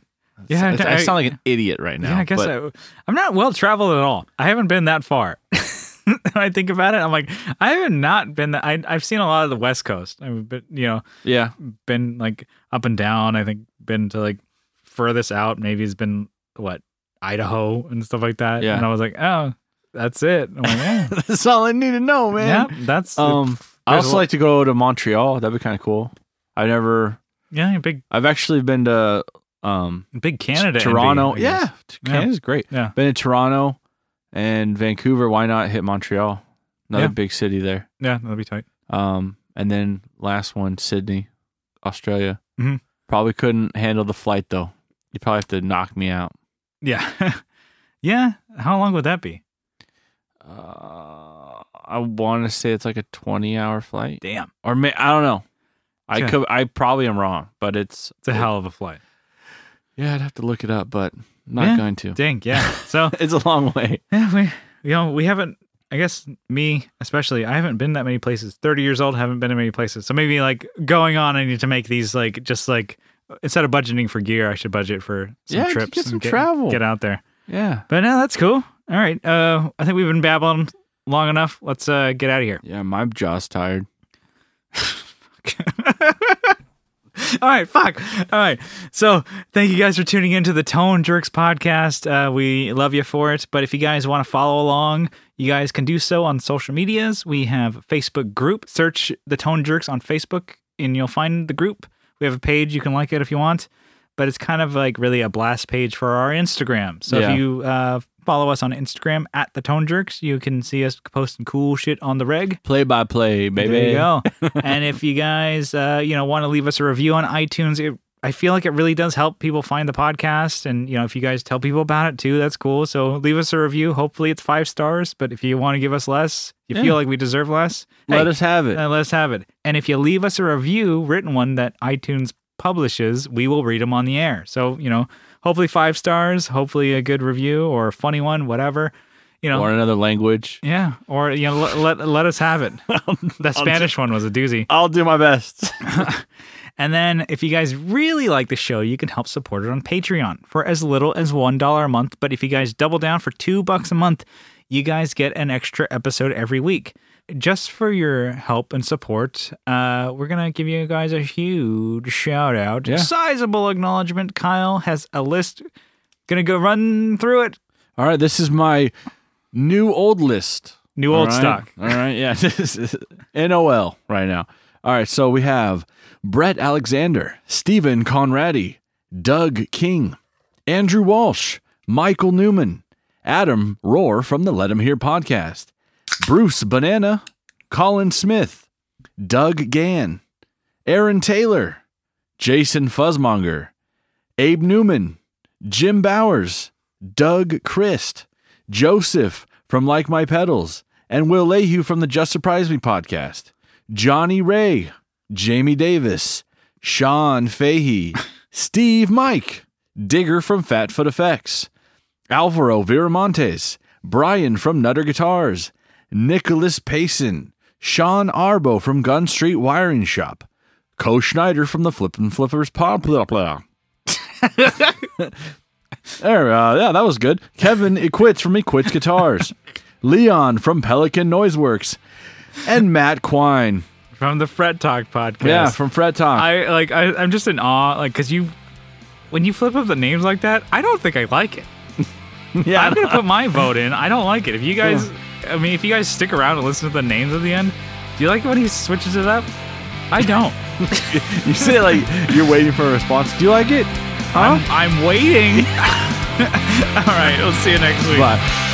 Speaker 1: Yeah,
Speaker 2: it's-
Speaker 1: I-
Speaker 2: I sound like an idiot right now.
Speaker 1: yeah, I guess
Speaker 2: but
Speaker 1: I, I'm not well traveled at all. I haven't been that far. when I think about it, I'm like, I haven't not been that. I, I've seen a lot of the West Coast. I've been, you know,
Speaker 2: yeah,
Speaker 1: been like up and down. I think been to like furthest out. Maybe it's been what Idaho and stuff like that.
Speaker 2: Yeah.
Speaker 1: And I was like, oh, that's it. I'm like, yeah,
Speaker 2: that's all I need to know,
Speaker 1: yeah
Speaker 2: man.
Speaker 1: that's
Speaker 2: Um, I
Speaker 1: There's a
Speaker 2: also
Speaker 1: lot-
Speaker 2: like to go to Montreal. That'd be kind of cool. I never.
Speaker 1: yeah, a big
Speaker 2: I've actually been to um
Speaker 1: big Canada, envy,
Speaker 2: Toronto.
Speaker 1: I guess.
Speaker 2: yeah, t-
Speaker 1: Yeah.
Speaker 2: Canada's great.
Speaker 1: Yeah.
Speaker 2: been in Toronto and Vancouver. Why not hit Montreal? Another
Speaker 1: Yeah.
Speaker 2: big city there.
Speaker 1: yeah, that'd be tight.
Speaker 2: Um, and then last one, Sydney, Australia.
Speaker 1: Mhm.
Speaker 2: Probably couldn't handle the flight though. You probably have to knock me out.
Speaker 1: Yeah, yeah. How long would that be?
Speaker 2: Uh, I want to say it's like a twenty-hour flight,
Speaker 1: Damn,
Speaker 2: or may, I don't know. I
Speaker 1: Yeah.
Speaker 2: could. I probably am wrong, but it's
Speaker 1: it's a hell of a flight.
Speaker 2: Yeah, I'd have to look it up, but not
Speaker 1: Yeah.
Speaker 2: going to.
Speaker 1: Dang, yeah. So
Speaker 2: It's a long way.
Speaker 1: yeah, we you know we haven't. I guess me especially, I haven't been that many places. Thirty years old, haven't been to many places. So maybe like going on, I need to make these like just like instead of budgeting for gear, I should budget for some
Speaker 2: Yeah, get-
Speaker 1: trips,
Speaker 2: get
Speaker 1: and
Speaker 2: some travel.
Speaker 1: get out there.
Speaker 2: Yeah.
Speaker 1: But no, that's cool. All right, uh, I think we've been babbling long enough. Let's uh, get out of here.
Speaker 2: Yeah, my jaw's tired.
Speaker 1: All right, fuck. All right. So, thank you guys for tuning into the Tone Jerks podcast. Uh, we love you for it. But if you guys want to follow along, you guys can do so on social medias. We have a Facebook group. Search the Tone Jerks on Facebook, and you'll find the group. We have a page. You can like it if you want, but it's kind of like really a blast page for our Instagram. So
Speaker 2: Yeah.
Speaker 1: if you uh, Follow us on Instagram at the Tone Jerks. You can see us posting cool shit on the reg.
Speaker 2: Play by play, baby.
Speaker 1: There you go. and if you guys, uh, you know, want to leave us a review on iTunes, it, I feel like it really does help people find the podcast. And you know, if you guys tell people about it too, that's cool. So leave us a review. Hopefully, it's five stars. But if you want to give us less, you
Speaker 2: Yeah.
Speaker 1: feel like we deserve less.
Speaker 2: Let
Speaker 1: hey,
Speaker 2: us have it.
Speaker 1: uh, let's have it. And if you leave us a review, written one that iTunes publishes, we will read them on the air. So you know, hopefully five stars. Hopefully a good review or a funny one, whatever. You know,
Speaker 2: or another language.
Speaker 1: yeah, or you know, let let, let us have it. the Spanish one was a doozy.
Speaker 2: I'll do my best.
Speaker 1: And then, if you guys really like the show, you can help support it on Patreon for as little as one dollar a month. But if you guys double down for two bucks a month, you guys get an extra episode every week. Just for your help and support, uh, we're gonna give you guys a huge shout out,
Speaker 2: Yeah.
Speaker 1: sizable acknowledgement. Kyle has a list. Gonna go run through it.
Speaker 2: All right, this is my new old list.
Speaker 1: New
Speaker 2: All
Speaker 1: old
Speaker 2: right,
Speaker 1: stock.
Speaker 2: All right, yeah. This is NOL right now. All right, so we have Brett Alexander, Stephen Conradi, Doug King, Andrew Walsh, Michael Newman, Adam Rohr from the Let Him Hear podcast, Bruce Banana, Colin Smith, Doug Gann, Aaron Taylor, Jason Fuzzmonger, Abe Newman, Jim Bowers, Doug Christ, Joseph from Like My Pedals, and Will Lehue from the Just Surprise Me podcast, Johnny Ray, Jamie Davis, Sean Fahey, Steve Mike, Digger from Fatfoot Effects, Alvaro Viramontes, Brian from Nutter Guitars, Nicholas Payson, Sean Arbo from Gun Street Wiring Shop, Co Schneider from the Flippin' Flippers Pod. Blah, blah. There, uh, yeah, that was good. Kevin Equits from Equits Guitars, Leon from Pelican Noiseworks, and Matt Quine,
Speaker 1: From the Fret Talk podcast.
Speaker 2: yeah, from Fret Talk.
Speaker 1: I like I, I'm just in awe, like because you when you flip up the names like that, I don't think I like it.
Speaker 2: yeah,
Speaker 1: I'm gonna put my vote in. I don't like it. If you guys, I mean, if you guys stick around and listen to the names at the end, do you like it when he switches it up? I don't.
Speaker 2: you say it like you're waiting for a response. Do you like it? Huh?
Speaker 1: I'm waiting. All right, we'll see you next week.
Speaker 2: Bye.